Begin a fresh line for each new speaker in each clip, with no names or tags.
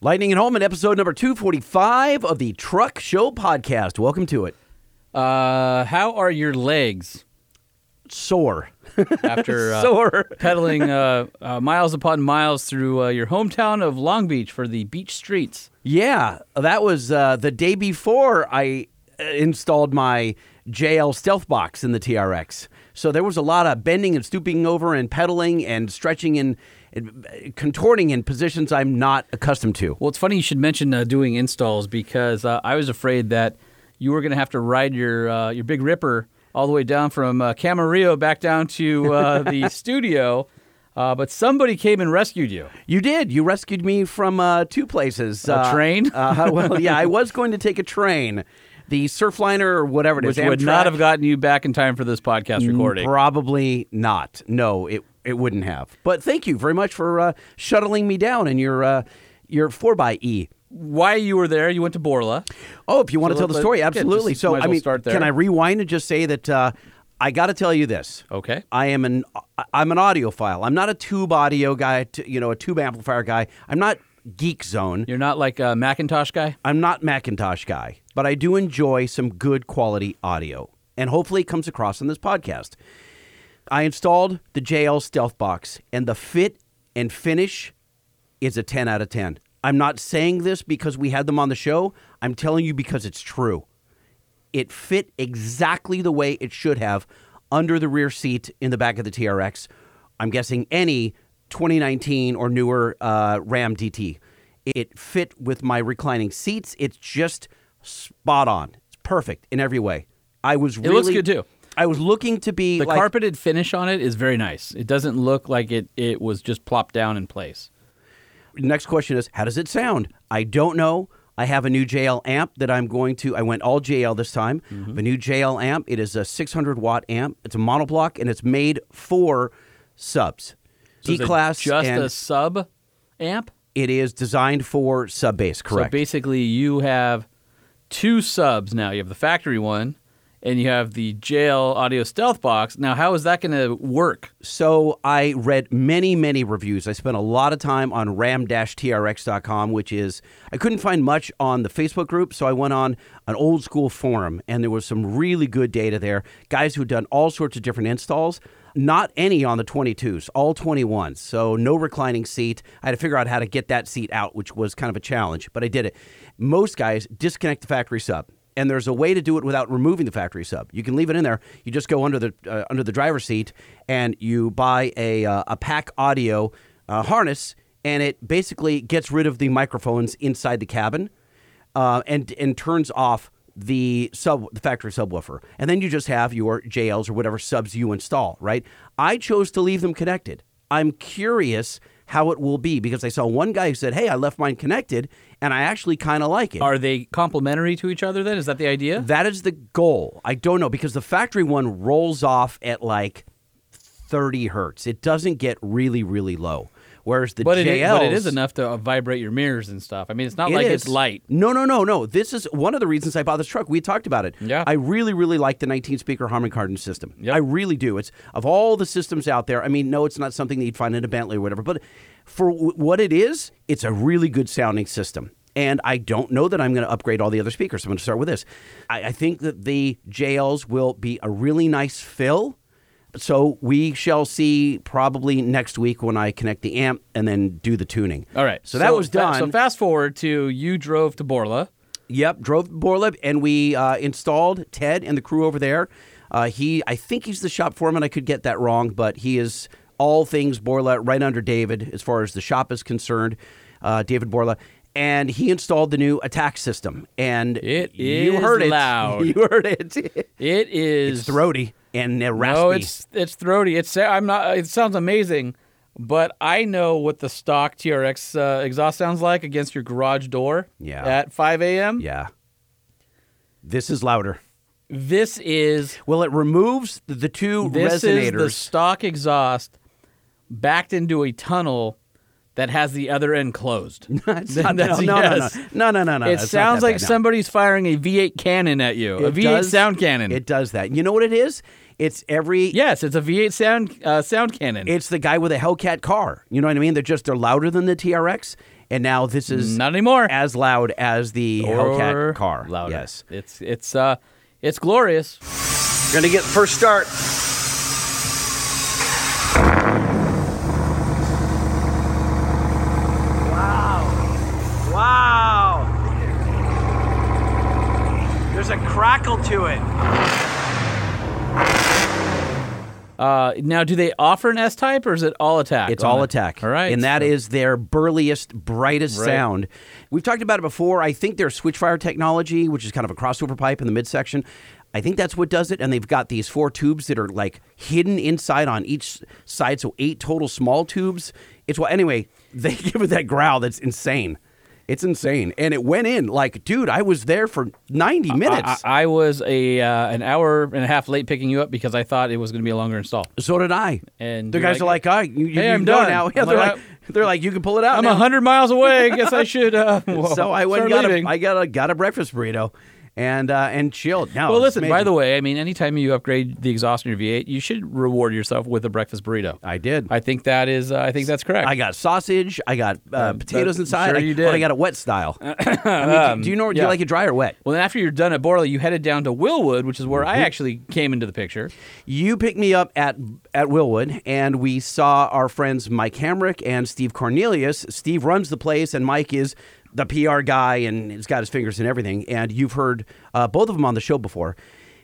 Lightning and Holman, episode number 245 of the Truck Show podcast. Welcome to it.
Uh, how are your legs
Sore.
after uh,
Sore.
pedaling uh, uh, miles upon miles through uh, your hometown of Long Beach for the beach streets?
Yeah, that was uh, the day before I uh, installed my JL Stealth Box in the TRX. So there was a lot of bending and stooping over and pedaling and stretching and, and uh, contorting in positions I'm not accustomed to.
Well, it's funny you should mention uh, doing installs because uh, I was afraid that you were going to have to ride your uh, your big ripper all the way down from uh, Camarillo back down to uh, the studio, uh, but somebody came and rescued you.
You did. You rescued me from uh, two places.
A train?
uh, well, yeah, I was going to take a train, the Surfliner or whatever it is.
Which would not Mm,
Amtrak.
have gotten you back in time for this podcast recording.
Probably not. No, it it wouldn't have. But thank you very much for uh, shuttling me down in your uh, your four by e.
Why you were there? You went to Borla.
Oh, if you want
So
to tell the
let-
story,
yeah,
absolutely.
just
so
might as
I
well
mean,
start there.
can I rewind and just say that uh, I got to tell you this?
Okay.
I am an I- I'm an audiophile. I'm not a tube audio guy. T- you know, a tube amplifier guy. I'm not geek zone.
You're not like a Macintosh guy.
I'm not Macintosh guy, but I do enjoy some good quality audio, and hopefully it comes across on this podcast. I installed the JL Stealth Box, and the fit and finish is a 10 out of 10. I'm not saying this because we had them on the show. I'm telling you because it's true. It fit exactly the way it should have under the rear seat in the back of the TRX. I'm guessing any 2019 or newer uh, Ram DT. It fit with my reclining seats. It's just spot on. It's perfect in every way. I was really.
looks good, too.
I was looking to be
The
like,
carpeted finish on it is very nice. It doesn't look like it, it was just plopped down in place.
Next question is how does it sound? I don't know. I have a new JL amp that I'm going to. I went all JL this time. I
Mm-hmm.
have a new JL amp. It is a 600 watt amp. It's a monoblock and it's made for subs,
So
D
is it
class,
just
and
a sub amp.
it is designed for sub bass. Correct.
So basically, you have two subs now. You have the factory one, and you have the JL Audio Stealth Box. Now, how is that going to work?
So I read many, many reviews. I spent a lot of time on ram-trx.com, which is I couldn't find much on the Facebook group, so I went on an old school forum, and there was some really good data there. Guys who had done all sorts of different installs. Not any on the 22s, all 21s. So no reclining seat. I had to figure out how to get that seat out, which was kind of a challenge, but I did it. Most guys disconnect the factory sub and there's a way to do it without removing the factory sub. You can leave it in there. You just go under the uh, under the driver's seat and you buy a uh, a pack audio uh, harness, and it basically gets rid of the microphones inside the cabin, uh, and and turns off the sub the factory subwoofer, and then you just have your JLs or whatever subs you install. Right? I chose to leave them connected. I'm curious how it will be because I saw one guy who said, "Hey, I left mine connected, and I actually kind of like it."
Are they complementary to each other? Then is that the idea?
That is the goal. I don't know because the factory one rolls off at like 30 hertz. It doesn't get really, really low. Whereas the
but,
JLs,
it is, but it is enough to uh, vibrate your mirrors and stuff. I mean, it's not
it
like
is.
it's light.
No, no, no, no. This is one of the reasons I bought this truck. We talked about it.
Yeah.
I really, really like the 19 speaker Harman Kardon system.
Yep.
I really do. It's of all the systems out there. I mean, no, it's not something that you'd find in a Bentley or whatever, but for w- what it is, it's a really good sounding system. And I don't know that I'm going to upgrade all the other speakers. I'm going to start with this. I, I think that the JLs will be a really nice fill. So we shall see probably next week when I connect the amp and then do the tuning.
All right.
So, that was
fa-
done.
So fast forward to you drove to Borla.
Yep, drove to Borleb, and we uh, installed Ted and the crew over there. Uh, he, I think he's the shop foreman. I could get that wrong, but he is all things Borla, right under David as far as the shop is concerned. Uh, David Borla, and he installed the new attack system. And
It
you
is
heard it.
loud.
You heard it.
It is
it's throaty and uh, raspy.
No, Oh, it's it's throaty. It's I'm not. It sounds amazing, but I know what the stock TRX uh, exhaust sounds like against your garage door.
Yeah.
At 5 a.m.
yeah. This is louder.
This is
Well, it removes the two
this
resonators.
is the stock exhaust backed into a tunnel that has the other end closed.
It's not that-
That's-
no, no, no,
yes.
no, no, no, no.
It
it's not
sounds
that
like
bad, no.
somebody's firing a V8 cannon at you. a
It
V8
does-
sound cannon.
It does that. You know what it is? It's every.
yes, it's a V8 sound uh, sound cannon.
It's the guy with a Hellcat car. You know what I mean? They're just they're louder than the TRX, and now this is
Not anymore.
as loud as the
Or
Hellcat car.
Louder.
Yes.
It's it's uh it's glorious.
Gonna get the first start. Wow. Wow. There's a crackle to it.
Uh, now, do they offer an S type or is it all attack?
It's
on
all
it?
attack.
All right.
And that
so-
is their burliest, brightest
Right.
sound. We've talked about it before. I think their switchfire technology, which is kind of a crossover pipe in the midsection, I think that's what does it. And they've got these four tubes that are like hidden inside on each side. So eight total small tubes. It's what, anyway, they give it that growl that's insane. It's insane. And it went in like, dude, I was there for 90 minutes.
I, I- I was a uh, an hour and a half late picking you up because I thought it was going to be a longer install.
so did I.
And
the
you're
guys
like,
are like, "Ah, you, you,
"Hey,
you're
I'm
done
done."
now. Yeah,
I'm
they're like,
like,
they're like, you can pull it out.
I'm
now.
a hundred miles away. I guess I should. Uh,
Oh, so I went and
start
got a,
leaving.
I got a got a breakfast burrito and uh, and chilled. Now,
well, listen. By the way, I mean, anytime you upgrade the exhaust in your V8, you should reward yourself with a breakfast burrito.
I did.
I think that is. Uh, I think that's correct.
I got sausage. I got uh, potatoes
that-
inside.
sure
I,
you
but I
did.
got a wet style. I mean, do, do you know? Do you
yeah.
like it dry or wet?
well, then after you're done at Borla, you headed down to Willwood, which is where
Mm-hmm.
I actually came into the picture.
You picked me up at at Willwood, and we saw our friends Mike Hamrick and Steve Cornelius. Steve runs the place, and Mike is the PR guy, and he's got his fingers in everything. And you've heard uh, both of them on the show before,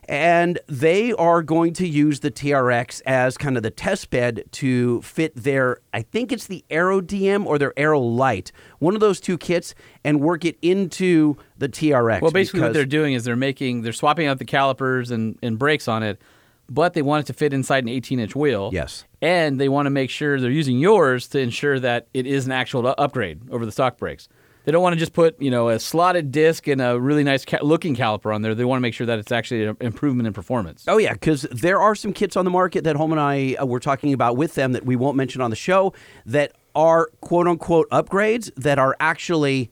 and they are going to use the TRX as kind of the test bed to fit their, I think it's the Aero DM or their Aero Light, one of those two kits, and work it into the TRX.
Well, basically, what
because-
they're doing is they're making they're swapping out the calipers and, and brakes on it, but they want it to fit inside an 18 inch wheel.
Yes.
and they want to make sure they're using yours to ensure that it is an actual u- upgrade over the stock brakes. They don't want to just put you know a slotted disc and a really nice ca- looking caliper on there. They want to make sure that it's actually an improvement in performance.
Oh yeah, because there are some kits on the market that Holm and I uh, were talking about with them that we won't mention on the show that are quote unquote upgrades that are actually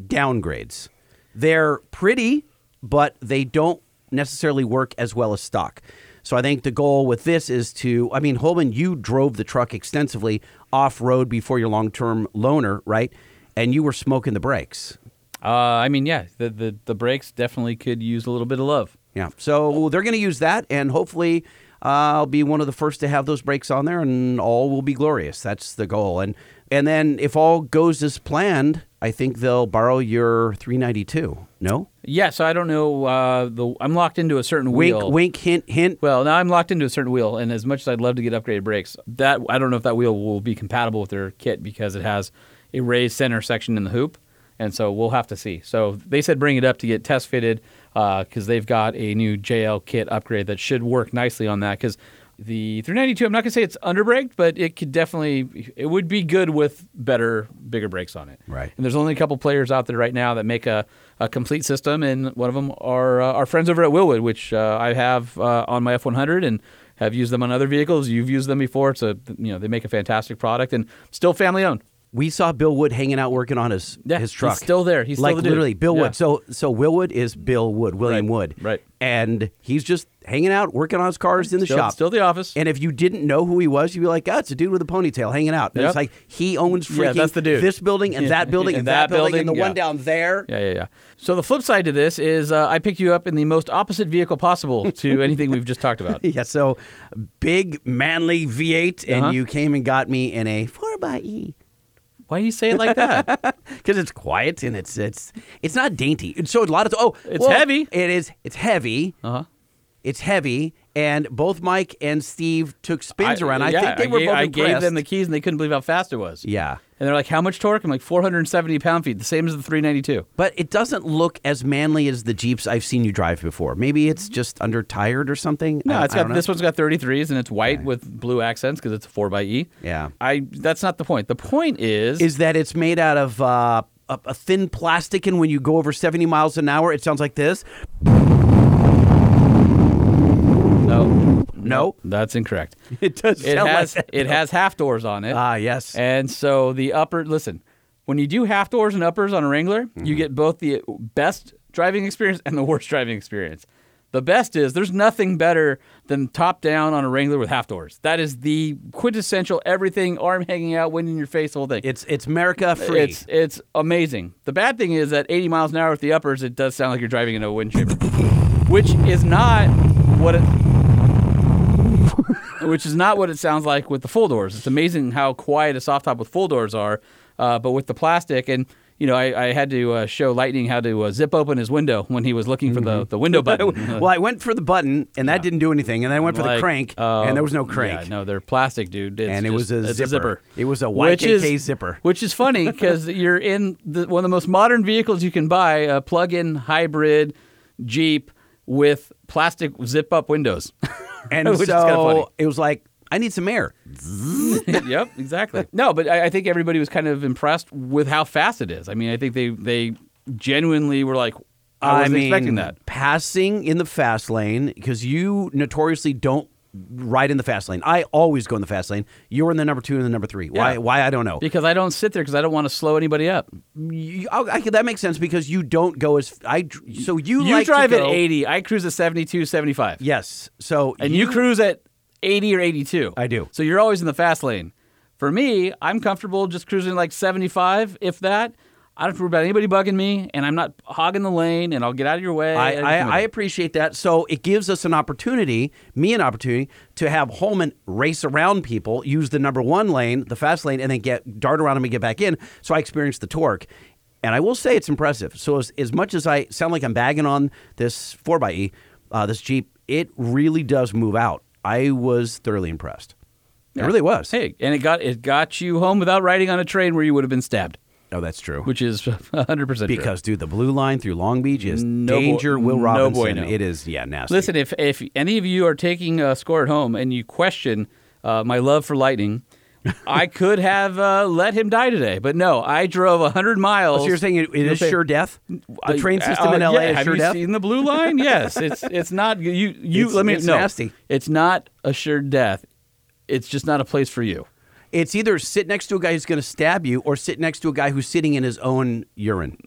downgrades. They're pretty, but they don't necessarily work as well as stock. So I think the goal with this is to, I mean, Holman, you drove the truck extensively off road before your long term loaner, right? And you were smoking the brakes.
Uh, I mean, yeah, the, the the brakes definitely could use a little bit of love.
Yeah. So they're going to use that, and hopefully, uh, I'll be one of the first to have those brakes on there, and all will be glorious. That's the goal. And and then if all goes as planned, I think they'll borrow your 392. No.
Yeah, so I don't know. Uh, the I'm locked into a certain
Wink,
wheel.
wink, hint, hint.
Well, now I'm locked into a certain wheel, and as much as I'd love to get upgraded brakes, that I don't know if that wheel will be compatible with their kit because it has a raised center section in the hoop, and so we'll have to see. So they said bring it up to get test fitted because they've got a new JL kit upgrade that should work nicely on that because. The 392, I'm not gonna say it's underbraked, but it could definitely, it would be good with better, bigger brakes on it.
Right.
And there's only a couple players out there right now that make a, a complete system, and one of them are uh, our friends over at Willwood, which uh, I have uh, on my F100 and have used them on other vehicles. You've used them before. It's a you know they make a fantastic product and still family owned.
We saw Bill Wood hanging out working on his
Yeah,
his
he's
truck.
still there. He's still
like
the dude.
literally Bill
Yeah.
Wood. So so Will Wood is Bill Wood, William
Right,
Wood.
right.
And he's just hanging out working on his cars in the
Still-
shop.
still the office.
And if you didn't know who he was, you'd be like, "Oh, it's a dude with a ponytail hanging out." And It's
Yep.
like he owns freaking
Yeah, that's the dude.
this building and that building and,
And
that,
that
building, and the
building,
one
yeah.
down there.
Yeah, yeah, yeah. So the flip side to this is uh, I picked you up in the most opposite vehicle possible to anything we've just talked about.
Yeah, so big manly V8,
Uh-huh.
and you came and got me in a four by E
Why do you say it like that?
because it's quiet and it's it's it's not dainty. And so a lot of oh,
It's heavy.
It is. It's heavy.
Uh huh.
It's heavy, and both Mike and Steve took spins around. I
yeah,
think they were
gave,
both
I gave
impressed.
them the keys and they couldn't believe how fast it was.
yeah.
And they're like, how much torque? I'm like, 470 pound feet, the same as the 392.
But it doesn't look as manly as the Jeeps I've seen you drive before. Maybe it's just under tired or something.
Mm-hmm. No,
I-
it's
I
got
don't know.
this one's got 33s and it's white with blue accents because it's a 4xe.
Yeah.
I that's not the point. The point is,
Is that it's made out of uh, a, a thin plastic, and when you go over 70 miles an hour, it sounds like this.
no,
No.
that's incorrect.
It does
It
sound
has
like that.
it has half doors on it.
Ah, yes.
And so the upper listen, when you do half doors and uppers on a Wrangler, you get both the best driving experience and the worst driving experience. The best is there's nothing better than top down on a Wrangler with half doors. That is the quintessential everything, arm hanging out, wind in your face, whole thing.
It's it's America free.
It's it's amazing. The bad thing is at 80 miles an hour with the uppers, it does sound like you're driving into a wind chamber, which is not what it. Which is not what it sounds like with the full doors. It's amazing how quiet a soft top with full doors are, uh, but with the plastic and you know, I, I had to uh, show Lightning how to uh, zip open his window when he was looking for the, the window button.
well, I went for the button and that didn't do anything, and then I went for the
Like,
crank
uh,
and there was no crank.
Yeah, no, they're plastic, dude. It's
And it was
just-
a
it's
zipper. It was a
Which
YKK
is-
zipper.
Which is funny because you're in the, one of the most modern vehicles you can buy, a plug-in hybrid Jeep with plastic zip-up windows.
And
Which is
so
kinda funny.
it was like, I need some air.
yep, exactly. No, but I, I think everybody was kind of impressed with how fast it is. I mean, I think they they genuinely were like, I wasn't expecting that.
Passing in the fast lane because you notoriously don't ride in the fast lane. I always go in the fast lane. You're in the number two and the number three. Why?
Yeah.
Why? I don't know.
Because I don't sit there because I don't want to slow anybody up.
You- oh, I- I- that makes sense because you don't go as I. dr- So you
You
like to
drive at
go-
80, I cruise at 72, 75.
Yes. So
And you, cruise at 80 or 82.
I do.
So you're always in the fast lane. For me, I'm comfortable just cruising like 75, if that. I don't have to worry about anybody bugging me, and I'm not hogging the lane, and I'll get out of your way.
I,
and
I,
everything
I
like
appreciate that. So it gives us an opportunity, me an opportunity, to have Holman race around people, use the number one lane, the fast lane, and then get dart around them and get back in. So I experience the torque. And I will say it's impressive. So as, as much as I sound like I'm bagging on this 4xe, uh, this Jeep, it really does move out. I was thoroughly impressed. It
Yeah.
really was.
that. Hey, and it got it got you home without riding on a train where you would have been stabbed,
Oh, that's true.
which is 100% true.
because, dude, the blue line through Long Beach is
No boy-
danger, Will
no
Robinson.
boy, no.
It is, yeah, nasty.
Listen, if if any of you are taking a score at home and you question uh, my love for lightning, I could have uh, let him die today, but no, I drove hundred miles.
Oh, So you're saying it, it is
Okay.
sure death? The train
Uh,
system in
uh,
LA
yeah,
is
Have
sure
you
death?
seen the blue line? yes, it's it's not you. You
It's-
let me
it's
no.
nasty.
It's not a sure death. It's just not a place for you.
It's either sit next to a guy who's going to stab you or sit next to a guy who's sitting in his own urine.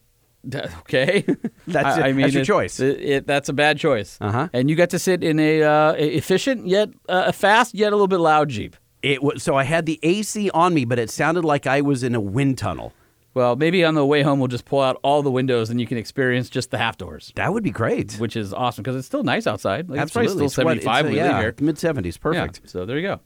D- Okay,
That's it. That's your
it-
choice.
It, it- that's a bad choice.
Uh-huh.
And you got to sit in a uh, e- efficient yet uh, a fast yet a little bit loud Jeep.
It was, so I had the AC on me, but it sounded like I was in a wind tunnel.
Well, maybe on the way home we'll just pull out all the windows and you can experience just the half doors,
That would be great.
which is awesome because it's still nice outside. Like,
Absolutely.
it's probably still 75 when we leave here.
Mid 70s. Perfect.
Yeah, so there you go.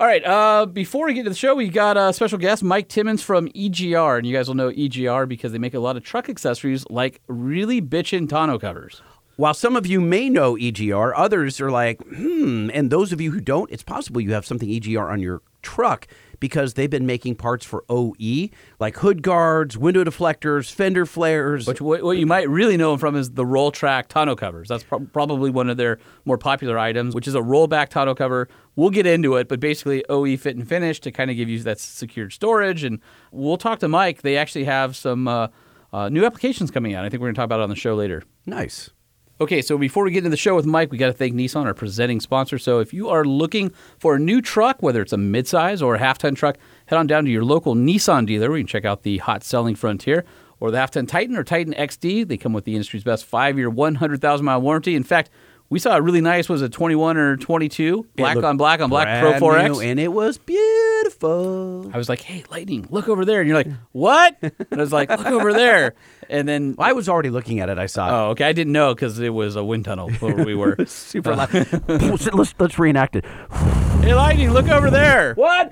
All right. Uh, before we get to the show, we got a special guest, Mike Timmons from EGR, and you guys will know EGR because they make a lot of truck accessories, like really bitchin' tonneau covers.
While some of you may know EGR, others are like, hmm. And those of you who don't, it's possible you have something EGR on your truck because they've been making parts for OE, like hood guards, window deflectors, fender flares.
Which what, what you might really know them from is the roll track tonneau covers. That's prob probably one of their more popular items, which is a rollback tonneau cover. We'll get into it, but basically OE fit and finish to kind of give you that secured storage. And we'll talk to Mike. They actually have some uh, uh, new applications coming out. I think we're going to talk about it on the show later.
nice.
Okay, so before we get into the show with Mike, we got to thank Nissan, our presenting sponsor. So if you are looking for a new truck, whether it's a midsize or a half ton truck, head on down to your local Nissan dealer where you can check out the hot selling Frontier or the half ton Titan or Titan XD. They come with the industry's best five year, 100,000 mile warranty. In fact, we saw a really nice, was it 21 or 22? Black
looked
on black on black Pro
brand new,
4X.
and it was beautiful.
I was like, hey, Lightning, look over there. And you're like, what? and I was like, look over there. And then
I was already looking at it. I saw
Oh, okay. I didn't know because it was a wind tunnel where we were.
super loud. let's let's reenact it.
Hey, Lightning, look over there.
What?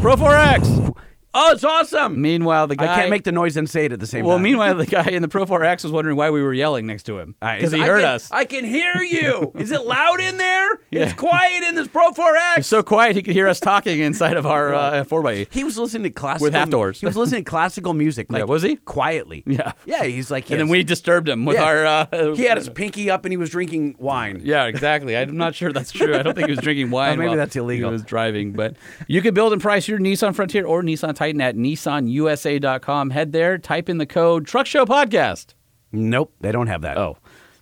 Pro 4X.
Oh, it's awesome.
Meanwhile, the guy.
I can't make the noise and say it at the same
Well,
time.
meanwhile, the guy in the Pro 4X was wondering why we were yelling next to him
I-
because he
I
heard
can-
us.
I can hear you. Is it loud in there? It's
Yeah.
quiet in this Pro 4X.
so quiet he could hear us talking inside of our uh, 4x.
he was listening to classical
With half doors.
He was listening to classical music. Like,
Yeah, was he?
quietly?
Yeah.
Yeah. He's like,
And then
yes.
we disturbed him with
Yeah.
our. Uh,
He had his pinky up and he was drinking wine.
Yeah, exactly. I'm not sure that's true. I don't think he was drinking wine.
Oh, maybe
while
that's illegal.
He was driving, but you can build and price your Nissan Frontier or Nissan Titan at nissanusa.com. Head there, type in the code Truck Show Podcast.
Nope, they don't have that.
Oh,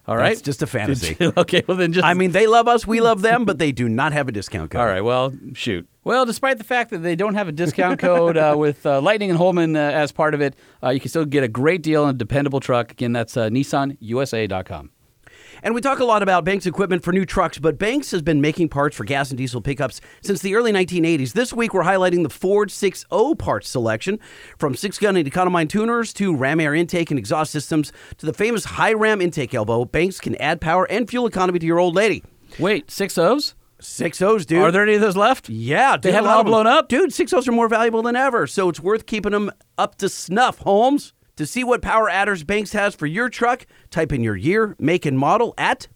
all right.
It's just a fantasy.
okay, well then just
I mean, they love us, we love them, but they do not have a discount code.
All right. Well, shoot. Well, despite the fact that they don't have a discount code uh, with uh, Lightning and Holman uh, as part of it, uh, you can still get a great deal on a dependable truck. Again, that's uh, NissanUSA.com.
And we talk a lot about Banks equipment for new trucks, but Banks has been making parts for gas and diesel pickups since the early 1980s. This week, we're highlighting the Ford 6.0 parts selection from six gun and economine tuners to ram air intake and exhaust systems to the famous high ram intake elbow. Banks can add power and fuel economy to your old lady.
Wait, six O's?
Six O's, dude.
Are there any of those left?
Yeah,
They
dude, a
haven't
lot
all
of them-
blown up?
dude. Six O's are more valuable than ever, so it's worth keeping them up to snuff. Holmes, to see what power adders Banks has for your truck, type in your year, make, and model at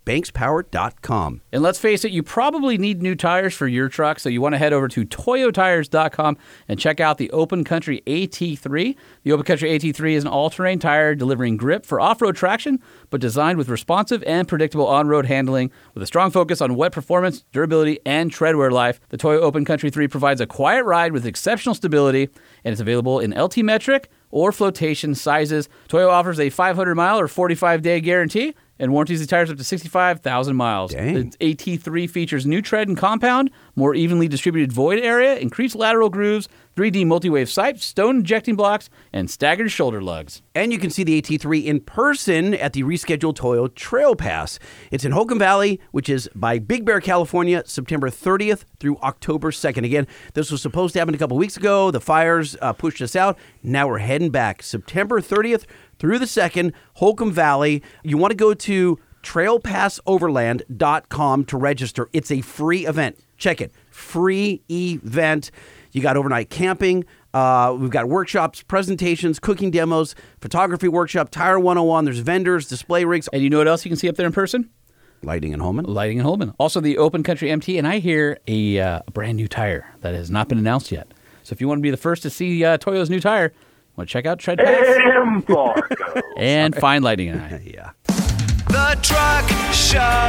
bankspower.com.
And let's face it, you probably need new tires for your truck, so you want to head over to toyotires.com and check out the Open Country AT3. The Open Country AT3 is an all-terrain tire delivering grip for off-road traction, but designed with responsive and predictable on-road handling with a strong focus on wet performance, durability, and treadwear life. The Toyo Open Country 3 provides a quiet ride with exceptional stability, and it's available in LT metric or flotation sizes. Toyo offers a 500-mile or 45-day guarantee and warranties the tires up to 65,000 miles.
Dang.
The AT3 features new tread and compound, more evenly distributed void area, increased lateral grooves, 3D multi-wave sights, stone injecting blocks, and staggered shoulder lugs.
And you can see the AT3 in person at the rescheduled Toyo Trail Pass. It's in Holcomb Valley, which is by Big Bear, California, September 30th through October 2nd. Again, this was supposed to happen a couple weeks ago. The fires uh, pushed us out. Now we're heading back September 30th through the 2nd, Holcomb Valley. You want to go to trailpassoverland.com to register. It's a free event. Check it. Free event. You got overnight camping. Uh, we've got workshops, presentations, cooking demos, photography workshop, tire 101. There's vendors, display rigs,
And you know what else you can see up there in person?
lighting and Holman.
Lighting and Holman. Also the Open Country MT, and I hear a, uh, a brand new tire that has not been announced yet. So if you want to be the first to see uh, Toyo's new tire, want to check out Tread Pass
Embargo.
and find Lighting and I.
Yeah.
The Truck Show.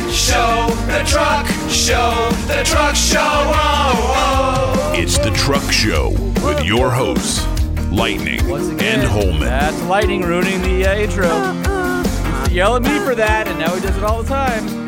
show, the truck show, the truck show. Oh,
It's the Truck Show with your hosts, Lightning and Holman.
That's Lightning ruining the uh, intro. Used to Yell at me for that, and now he does it all the time.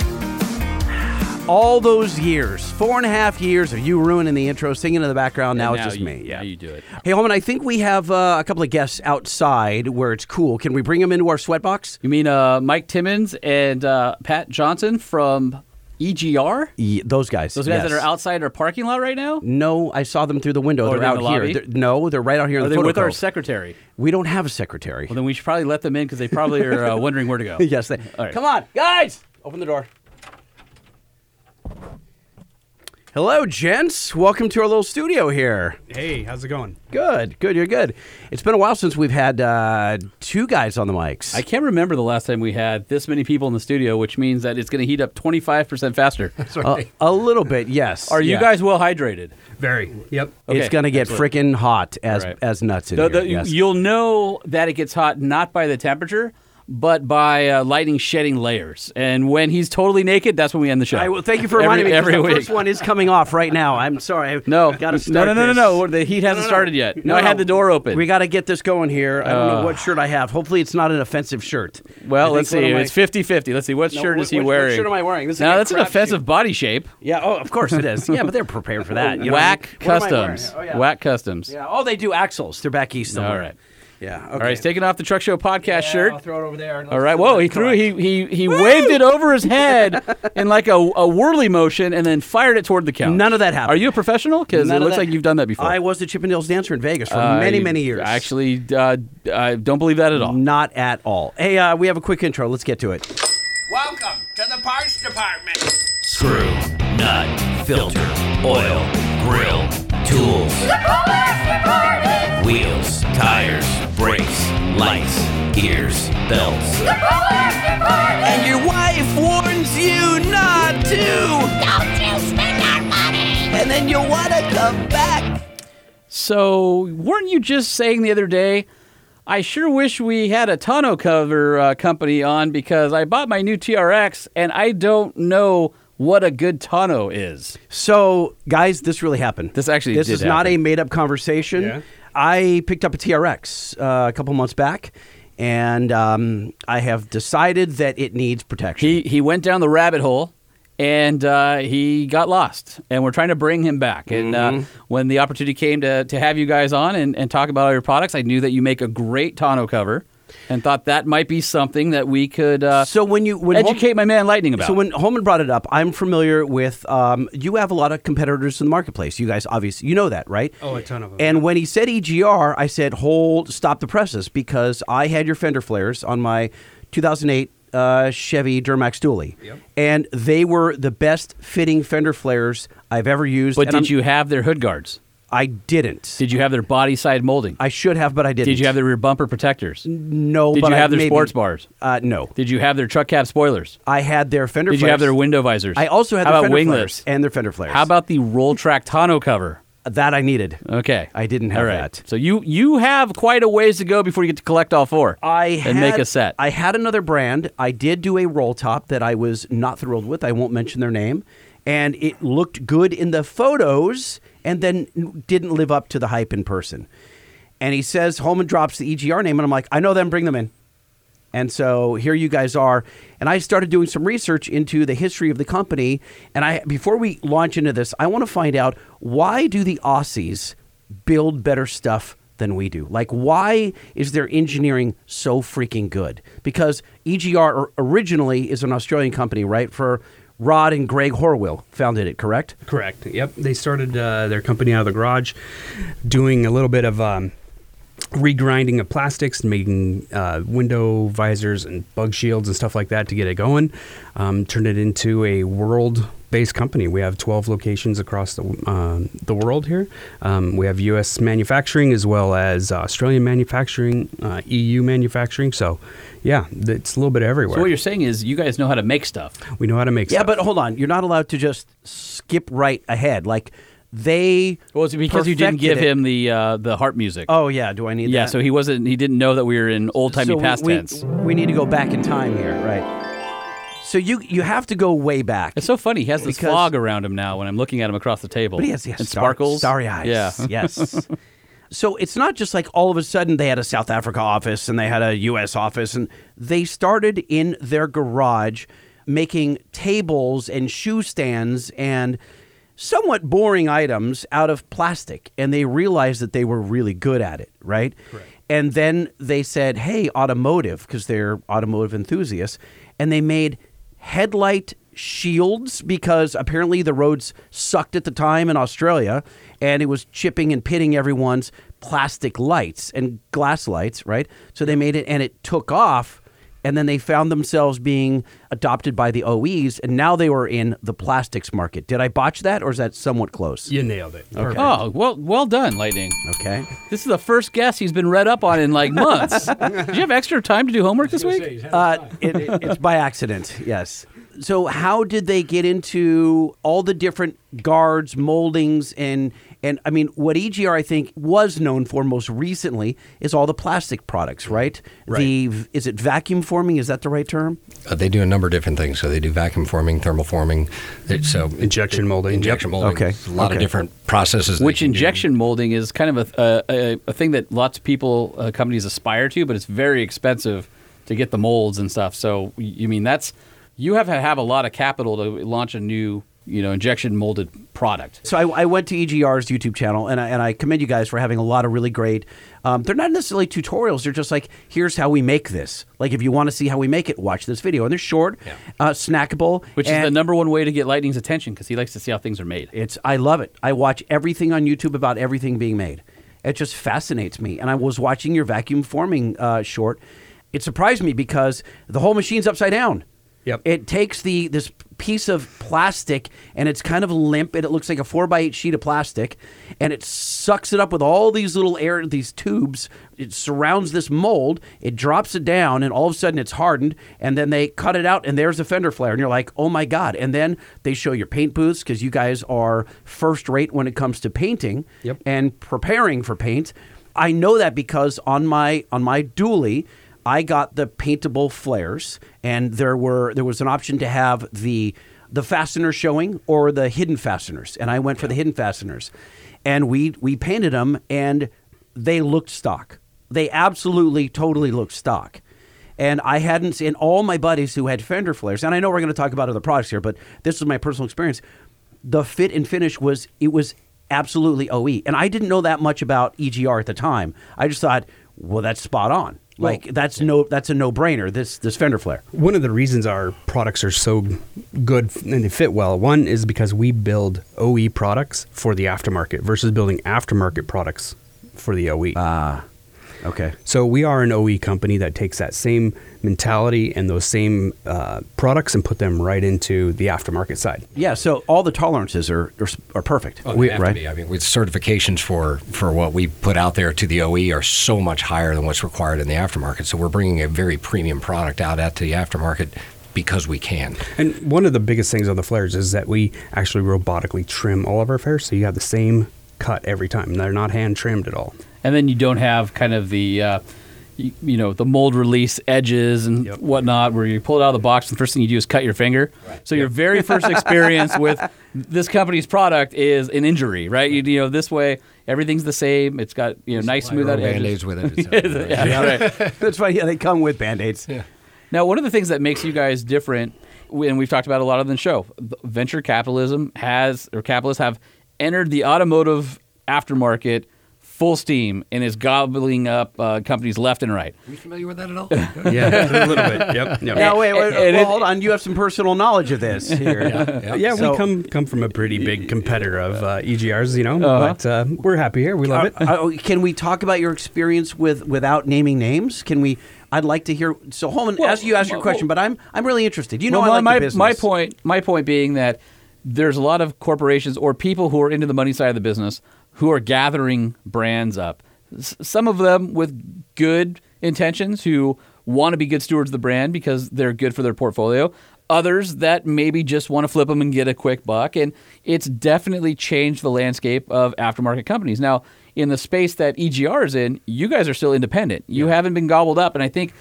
All those years, four and a half years of you ruining the intro, singing in the background. Now, it's just
you,
me.
Yeah, you do it.
Hey, Holman, I think we have uh, a couple of guests outside where it's cool. Can we bring them into our sweatbox?
You mean uh, Mike Timmons and uh, Pat Johnson from EGR?
Ye- those guys.
Those guys
yes.
that are outside our parking lot right now?
No, I saw them through the window.
Oh, are
they're
they in
out
the
here.
lobby?
They're- no, they're right out here in
Are
the
they with
photo
our
cove.
secretary?
We don't have a secretary.
Well, then we should probably let them in because they probably are uh, wondering where to go.
yes, they.
All right.
Come on, guys, open the door. Hello, gents. Welcome to our little studio here.
Hey, how's it going?
Good, good. You're good. It's been a while since we've had uh, two guys on the mics.
I can't remember the last time we had this many people in the studio, which means that it's going to heat up 25% faster.
a, a little bit, yes.
Are you
Yeah.
guys well hydrated?
Very. Yep.
It's
Okay,
gonna get frickin' hot as
Right.
as nuts in
The-
here.
the-
yes.
You'll know that it gets hot not by the temperature, but by uh, lightning shedding layers. And when he's totally naked, that's when we end the show.
I will- thank you for
Every-
reminding me. 'cause
Every
the
week.
first one is coming off right now. I'm sorry. I've
No,
got to
no,
start.
no, no, no,
this.
no. The heat hasn't started yet. No, I had the door open.
We got to get this going here. I don't know what shirt I have. Hopefully, it's not an offensive shirt. I
Uh. well,
think
let's
one
see.
of my-
It's 50-50. Let's see. What
No,
shirt
what-
is he
what- what
wearing?
shirt am I wearing? This is like
no,
a
that's an
crap
offensive body shape.
yeah. Oh, of course it is. yeah, but they're prepared for that. you know what I
Whack
mean? What am I wearing?
customs.
Oh, yeah.
Whack customs.
Yeah. Oh, they do axles. They're back east. Somewhere.
All right.
Yeah. Okay.
All right. He's taking off the truck show podcast
I'll
shirt.
throw it over there. and
All
let's
right.
do
Whoa.
that.
He
Come
threw.
on.
He he he waved it over his head in like a, a whirly motion, and then fired it toward the couch.
None of that happened.
Are you a professional? Because it
None of
looks
that-
like you've done that before.
I was the Chippendales dancer in Vegas for
Uh,
many,
you-
many years.
Actually, uh, I don't believe that at all.
Not at all. Hey, uh, we have a quick intro. Let's get to it.
Welcome to the parts department.
Screw, nut, filter, oil, grill, tools, wheels, tires, brakes, lights, gears, belts.
and your wife warns you not to.
Don't you spend our money!
And then you wanna come back.
So, weren't you just saying the other day? I sure wish we had a tonneau cover uh, company on because I bought my new TRX and I don't know what a good tonneau is.
So, guys, this really happened.
This actually
this
did
is not
happen.
a made up conversation.
Yeah.
I picked up a TRX uh, a couple months back, and um, I have decided that it needs protection.
He he went down the rabbit hole, and uh, he got lost. And we're trying to bring him back. And uh,
Mm-hmm.
when the opportunity came to to have you guys on and, and talk about all your products, I knew that you make a great tonneau cover, and thought that might be something that we could uh,
so when you when
educate my man Lightning about.
So when Holman brought it up, I'm familiar with. Um, you have a lot of competitors in the marketplace. You guys, obviously, you know that, right?
Oh, a ton of 'em,
And
yeah.
when he said EGR, I said, "Hold, stop the presses," because I had your fender flares on my 2008 uh, Chevy Duramax Dually,
Yep.
and they were the best fitting fender flares I've ever used.
but
and
did
I'm-
you have their hood guards?
I didn't.
Did you have their body side molding?
I should have, but I didn't.
Did you have their rear bumper protectors?
No.
Did
but
you
I-
have their
maybe.
sports bars?
Uh, no.
Did you have their truck cab spoilers?
I had their fender.
Did
flares.
you have their window visors?
I also had
How
their
about
fender
wing
flares
lifts?
and their fender flares.
How about the roll track tonneau cover?
that? I needed.
Okay,
I didn't have
all right.
that.
So you you have quite a ways to go before you get to collect all four.
I
and
had,
make a set.
I had another brand. I did do a roll top that I was not thrilled with. I won't mention their name, and it looked good in the photos, and then didn't live up to the hype in person. And he says Holman drops the EGR name, and I'm like, I know them. Bring them in. And so here you guys are. And I started doing some research into the history of the company. And I before we launch into this, I want to find out why do the Aussies build better stuff than we do? Like why is their engineering so freaking good? Because EGR or- originally is an Australian company, right? For Rod and Greg Horwill founded it, correct?
Correct. Yep. They started uh, their company out of the garage, doing a little bit of um, regrinding of plastics, making uh, window visors and bug shields and stuff like that to get it going. Um, turned it into a world-based company. We have 12 locations across the um, the world here. Um, we have U.S. manufacturing as well as uh, Australian manufacturing, uh, EU manufacturing. So, yeah, it's a little bit everywhere.
so what you're saying is you guys know how to make stuff.
we know how to make.
Yeah,
stuff.
but hold on. You're not allowed to just skip right ahead. Like they
Well, it's because you didn't give
perfected it.
him the uh, the heart music.
Oh yeah, do I need
yeah.
that?
So he wasn't. He didn't know that we were in old timey
we-
past
we,
tense.
We need to go back in time here, right? So you you have to go way back.
It's so funny. He has this
Because-
fog around him now when I'm looking at him across the table.
but yes, yes,
and
star-
sparkles,
starry eyes.
Yeah,
yes. So it's not just like all of a sudden they had a South Africa office and they had a U.S. office, and they started in their garage making tables and shoe stands and somewhat boring items out of plastic, and they realized that they were really good at it, right? And then they said, "Hey, automotive," because they're automotive enthusiasts, and they made headlight shields because apparently the roads sucked at the time in Australia and it was chipping and pitting everyone's plastic lights and glass lights, right? So they made it and it took off and then they found themselves being adopted by the OEs and now they were in the plastics market. Did I botch that or is that somewhat close?
you nailed it. Perfect.
Oh well, well done, Lightning.
Okay.
This is the first guess he's been read up on in like months. Did you have extra time to do homework this week?
Uh, it, it- it's by accident, yes. So, how did they get into all the different guards, moldings, and and I mean, what EGR I think was known for most recently is all the plastic products, right? The v- is it vacuum forming? Is that the right term?
Uh, they do a number of different things. So they do vacuum forming, thermal forming, they- so
Mm-hmm.
Injection molding.
injection molding.
Okay,
a lot of
okay.
different processes. they
Which
can do.
injection molding is kind of a, a, a, a thing that lots of people, uh, companies aspire to, but it's very expensive to get the molds and stuff. So, y- you mean, that's, you have to have a lot of capital to launch a new, you know, injection molded product.
So I, I went to EGR's YouTube channel, and I, and I commend you guys for having a lot of really great. Um, they're not necessarily tutorials; they're just like, here's how we make this. Like, if you want to see how we make it, watch this video. And they're short, uh, snackable,
Which is
and-
the number one way to get Lightning's attention because he likes to see how things are made.
It's I love it. I watch everything on YouTube about everything being made. It just fascinates me. And I was watching your vacuum forming uh, short. It surprised me because the whole machine's upside down.
Yep.
It takes the this piece of plastic and it's kind of limp and it looks like a four by eight sheet of plastic, and it sucks it up with all these little air these tubes. It surrounds this mold. It drops it down, and all of a sudden it's hardened. And then they cut it out, and there's a fender flare, and you're like, oh my god. And then they show your paint booths because you guys are first rate when it comes to painting
Yep.
and preparing for paint. I know that because on my on my dually, I got the paintable flares, and there were there was an option to have the the fasteners showing or the hidden fasteners, and I went for the hidden fasteners, and we we painted them, and they looked stock. They absolutely totally looked stock. And I hadn't seen all my buddies who had fender flares, and I know we're going to talk about other products here, but this was my personal experience. The fit and finish was it was absolutely OE, and I didn't know that much about EGR at the time. I just thought, well, that's spot on. Like that's no that's a no brainer. This this fender flare.
One of the reasons our products are so good and they fit well, one is because we build OE products for the aftermarket versus building aftermarket products for the OE.
Okay.
So we are an OE company that takes that same mentality and those same uh, products and put them right into the aftermarket side.
Yeah. So all the tolerances are are, are perfect.
Oh, we have to be. I mean, with certifications for for what we put out there to the OE are so much higher than what's required in the aftermarket. So we're bringing a very premium product out at the aftermarket because we can.
And one of the biggest things on the flares is that we actually robotically trim all of our flares, so you have the same cut every time. They're not hand trimmed at all.
and then you don't have kind of the uh, you, you know the mold release edges and whatnot where you pull it out of the box and the first thing you do is cut your finger so your very first experience with this company's product is an injury right you, you know this way everything's the same it's got you know nice smooth out edges
Band-aids with it. etc.
Yeah, that's right.
That's why yeah, they come with band aids.
Now, one of the things that makes you guys different, and we've talked about a lot on the show, th- venture capitalism has, or capitalists have entered the automotive aftermarket full steam and is gobbling up uh, companies left and right.
Are you familiar with that at all?
Yeah, a little bit. Yep. yep.
Now wait, wait
And- and
well,
it-
hold on. You have some personal knowledge of this here.
Uh, Yeah,
So-
we come come from a pretty big competitor of uh, EGRs, you know, but uh, we're happy here. We love it.
Uh-huh. Uh, uh, can we talk about your experience with without naming names? Can we? I'd like to hear. So, Holman,
Well,
as you ask your
well,
question, but I'm I'm really interested. You know,
Well,
I like
my,
the business.
my point, my point being that there's a lot of corporations or people who are into the money side of the business who are gathering brands up. S- some of them with good intentions who want to be good stewards of the brand because they're good for their portfolio. Others that maybe just want to flip them and get a quick buck. And it's definitely changed the landscape of aftermarket companies. Now, in the space that EGR is in, you guys are still independent. You haven't been gobbled up. And I think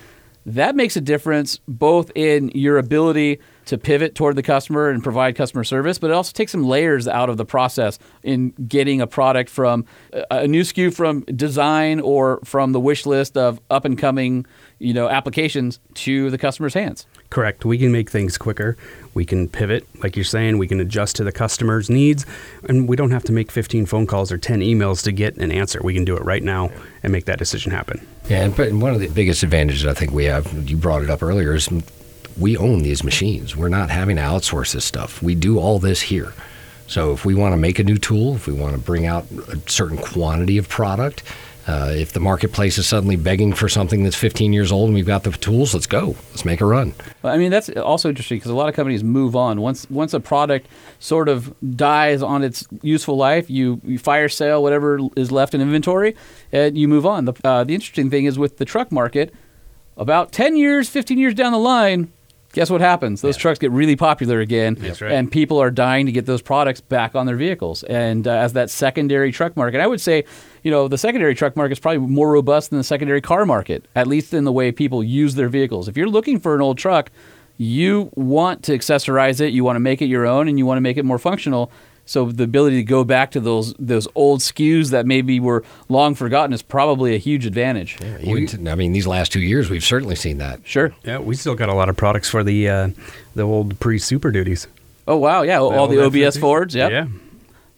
that makes a difference both in your ability to pivot toward the customer and provide customer service, but it also takes some layers out of the process in getting a product from a- a new SKU from design or from the wish list of up and coming, you know, applications to the customer's hands.
Correct. We can make things quicker. We can pivot, like you're saying. We can adjust to the customer's needs, and we don't have to make 15 phone calls or 10 emails to get an answer. We can do it right now and make that decision happen.
Yeah, and, but one of the biggest advantages I think we have, you brought it up earlier, is we own these machines. We're not having to outsource this stuff. We do all this here. So if we want to make a new tool, if we want to bring out a certain quantity of product, uh, if the marketplace is suddenly begging for something that's 15 years old and we've got the tools, let's go. Let's make a run.
Well, I mean, that's also interesting because a lot of companies move on once once a product sort of dies on its useful life. You, you fire sale whatever is left in inventory, and you move on. The uh, the interesting thing is with the truck market, about ten years, fifteen years down the line. Guess what happens? Those trucks get really popular again,
That's right.
and people are dying to get those products back on their vehicles. And uh, as that secondary truck market, I would say, you know, the secondary truck market is probably more robust than the secondary car market, at least in the way people use their vehicles. If you're looking for an old truck, you want to accessorize it, you want to make it your own, and you want to make it more functional. So the ability to go back to those those old SKUs that maybe were long forgotten is probably a huge advantage.
Even to- I mean, these last two years, we've certainly seen that.
Sure.
Yeah, we still got a lot of products for the uh, the old pre Super Duties.
Oh wow, yeah, all, the OBS Fords, yep.
Yeah.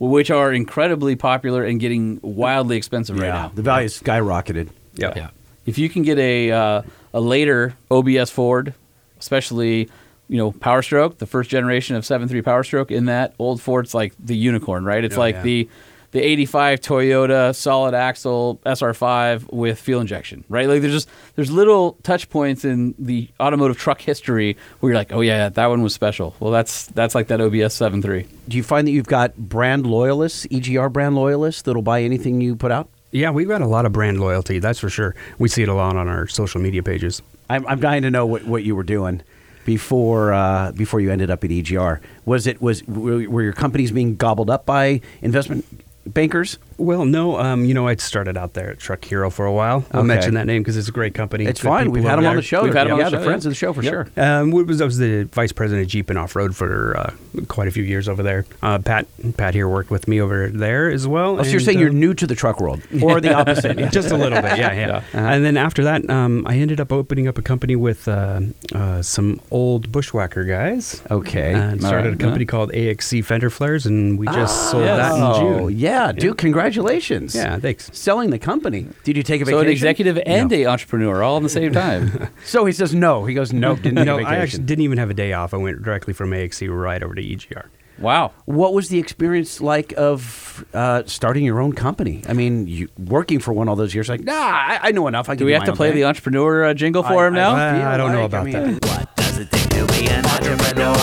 which are incredibly popular and getting wildly expensive right
Yeah,
now.
the value skyrocketed.
Yeah.
Yeah.
If you can get a uh, a later OBS Ford, especially you know Power Stroke, the first generation of 7.3 Power Stroke, in that old Ford's like the unicorn, right?
Oh,
It's like
yeah.
the the 85 Toyota solid axle SR5 with fuel injection, right? Like there's just there's little touch points in the automotive truck history where you're like, oh yeah, that one was special. Well, that's that's like that OBS 7.3.
Do you find that you've got brand loyalists, EGR brand loyalists, that'll buy anything you put out?
Yeah, we've got a lot of brand loyalty, that's for sure. We see it a lot on our social media pages.
I'm, I'm dying to know what, what you were doing before uh, before you ended up at EGR. Was it was were, were your companies being gobbled up by investment bankers?
Well, no, um, you know, I started out there at Truck Hero for a while. I'll
Okay.
mention that name because it's a great company.
It's
Good
fine.
people
We've had
over
them on
there.
the show.
We've had 'em on
yeah,
the show,
they're friends
yeah.
of the show for
Yep.
sure.
Um, what was I was the vice president of Jeep and off road for uh, quite a few years over there. Uh, Pat Pat here worked with me over there as well.
Oh, so you're
and,
saying
uh,
you're new to the truck world, or the opposite? yeah.
just a little bit, yeah, yeah. And then after that, um, I ended up opening up a company with uh, uh, some old bushwhacker guys.
Okay.
and
All
started
right.
a company called AXC Fender Flares, and we just
Ah,
sold
yes.
that in
Oh,
June.
yeah, dude. Congratulations.
Yeah, thanks.
Selling the company. Did you take a
So
vacation?
an executive and a entrepreneur all in the same time.
So he says no. He goes, nope, didn't take
No,
a
I
vacation.
actually didn't even have a day off. I went directly from AXC right over to E EGR.
wow.
What was the experience like of uh, starting your own company? I mean, you, working for one all those years, like, nah, I, I know enough. I can
Do we have to play the entrepreneur uh, jingle for him now?
Uh, I don't know about that.
What does it take to be an entrepreneur?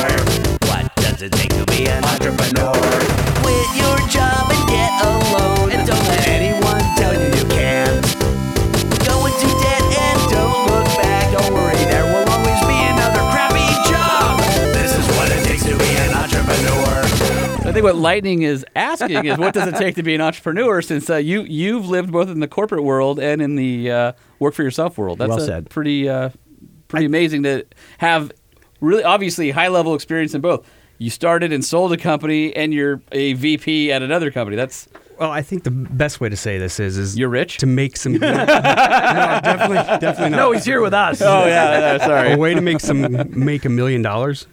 What does it take to be an entrepreneur? Quit your job and get a loan. And don't let anyone tell you you can't. Go into debt and don't look back. Don't worry, there will always be another crappy job. This is what it takes to be an entrepreneur.
I think what Lightning is asking is what does it take to be an entrepreneur? Since uh, you you've lived both in the corporate world and in the uh, work for yourself world. That's
Well
a
said.
pretty uh, pretty amazing to have really obviously high level experience in both. You started and sold a company, and you're a VP at another company. That's
Well, I think the best way to say this is is
You're rich?
to make some good, no, definitely definitely not.
No, he's here with us.
oh yeah, sorry.
a way to make some make a million dollars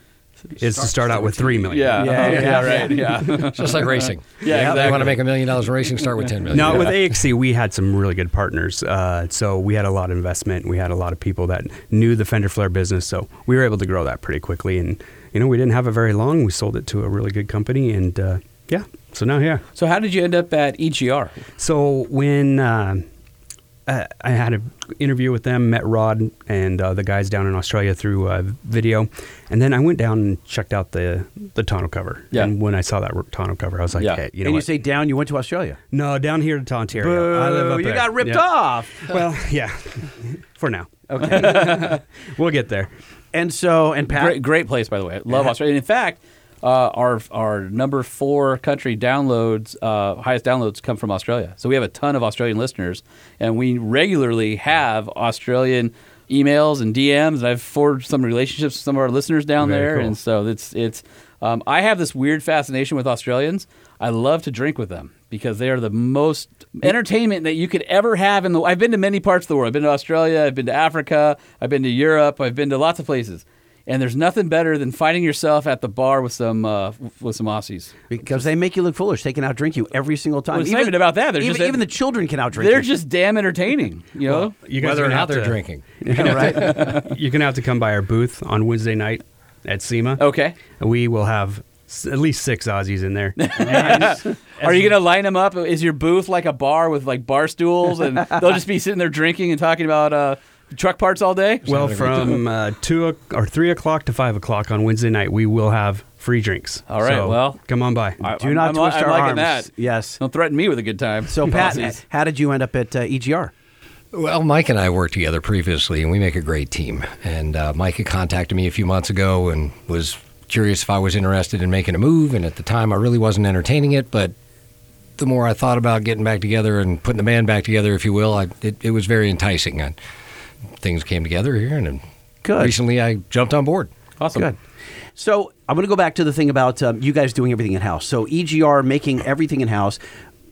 is to start out with three million.
Yeah,
Yeah,
yeah,
yeah.
right. Yeah,
Just like racing.
yeah,
You want
exactly.
to make a million dollars in racing? Start with ten million.
No, with AXC, we had some really good partners. Uh, so we had a lot of investment. We had a lot of people that knew the Fender Flare business. So we were able to grow that pretty quickly. And, you know, we didn't have it very long. We sold it to a really good company. And uh, yeah, so now here.
So how did you end up at E EGR?
So when uh, uh, I had an interview with them, met Rod and uh, the guys down in Australia through uh, video, and then I went down and checked out the the tonneau cover.
Yeah.
And when I saw that tonneau cover, I was like,
Yeah.
hey, you know
and you
what?
say down, you went to Australia.
no, down here to Ontario. I live up
you
there.
got ripped
Yeah.
off.
Well, yeah, for now.
Okay.
We'll get there.
and so, and Pat,
Great, great place, by the way. I Love Australia. And in fact, uh, our our number four country downloads, uh, highest downloads, come from Australia. So we have a ton of Australian listeners, and we regularly have Australian emails and DMs. And I've forged some relationships with some of our listeners down
Very
there,
cool.
and so it's it's. Um, I have this weird fascination with Australians. I love to drink with them because they are the most entertainment that you could ever have in the. I've been to many parts of the world. I've been to Australia. I've been to Africa. I've been to Europe. I've been to lots of places. And there's nothing better than finding yourself at the bar with some uh, with some Aussies.
because they make you look foolish. They can outdrink you every single time.
Well, it's not even about that. They're
even,
just-
even the children can outdrink
They're
you.
just damn entertaining, you know.
You
Whether or
are gonna
not
have
they're
to-
drinking.
Yeah, right.
you're gonna have to come by our booth on Wednesday night at SEMA.
Oh.
okay.
We will have s- at least six Aussies in there.
Are you gonna line them up? Is your booth like a bar with like bar stools, and they'll just be sitting there drinking and talking about uh, truck parts all day?
Well,
Sounded good.
from uh, two o- or three o'clock to five o'clock on Wednesday night, we will have free drinks.
All right,
So,
well-
come on by.
I-
Do not
I'm,
twist
I'm
our
liking
arms.
That.
Yes.
Don't threaten me with a good time.
So, Pat, eh,
Aussies.
how did you end up at uh, EGR?
Well, Mike and I worked together previously, and we make a great team. And uh, Mike had contacted me a few months ago and was curious if I was interested in making a move. And at the time, I really wasn't entertaining it. But the more I thought about getting back together and putting the band back together, if you will, I, it, it was very enticing. And things came together here, and, and
Good.
recently I jumped on board.
awesome.
Good. So I'm going to go back to the thing about um, you guys doing everything in house. So EGR making everything in house.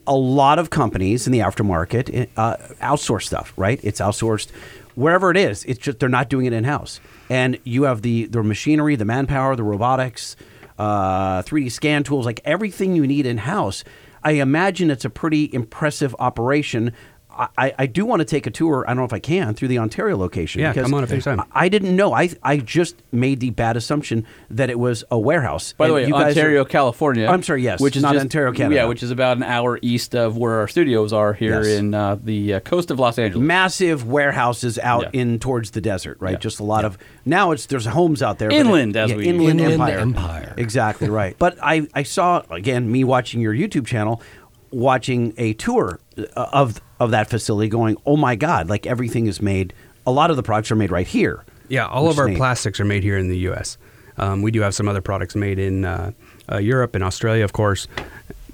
A lot of companies in the aftermarket uh, outsource stuff, right? It's outsourced wherever it is. It's just they're not doing it in house, and you have the the machinery, the manpower, the robotics, uh, 3D scan tools, like everything you need in house. I imagine it's a pretty impressive operation. I, I- I do want to take a tour. I don't know if I can through the Ontario location.
Yeah,
because
come on up anytime.
I didn't know. I I just made the bad assumption that it was a warehouse.
By the
And
way,
you guys
Ontario,
are-
California.
I'm sorry, yes,
which is
not
just-
Ontario, Canada.
Yeah, which is about an hour east of where our studios are here
Yes.
in uh, the uh, coast of Los Angeles.
Massive warehouses out
Yeah.
in towards the desert, right? Just a lot of now it's there's homes out there but
Inland,
it-
as
yeah,
we-
inland,
Inland
empire.
empire.
Exactly right. But I I saw again me watching your YouTube channel, watching a tour uh, of of that facility, going, oh my god, like everything is made. A lot of the products are made right here.
yeah, all
which
of
is
our
neat.
plastics are made here in the U.S. Um, we do have some other products made in uh, uh, Europe and Australia, of course.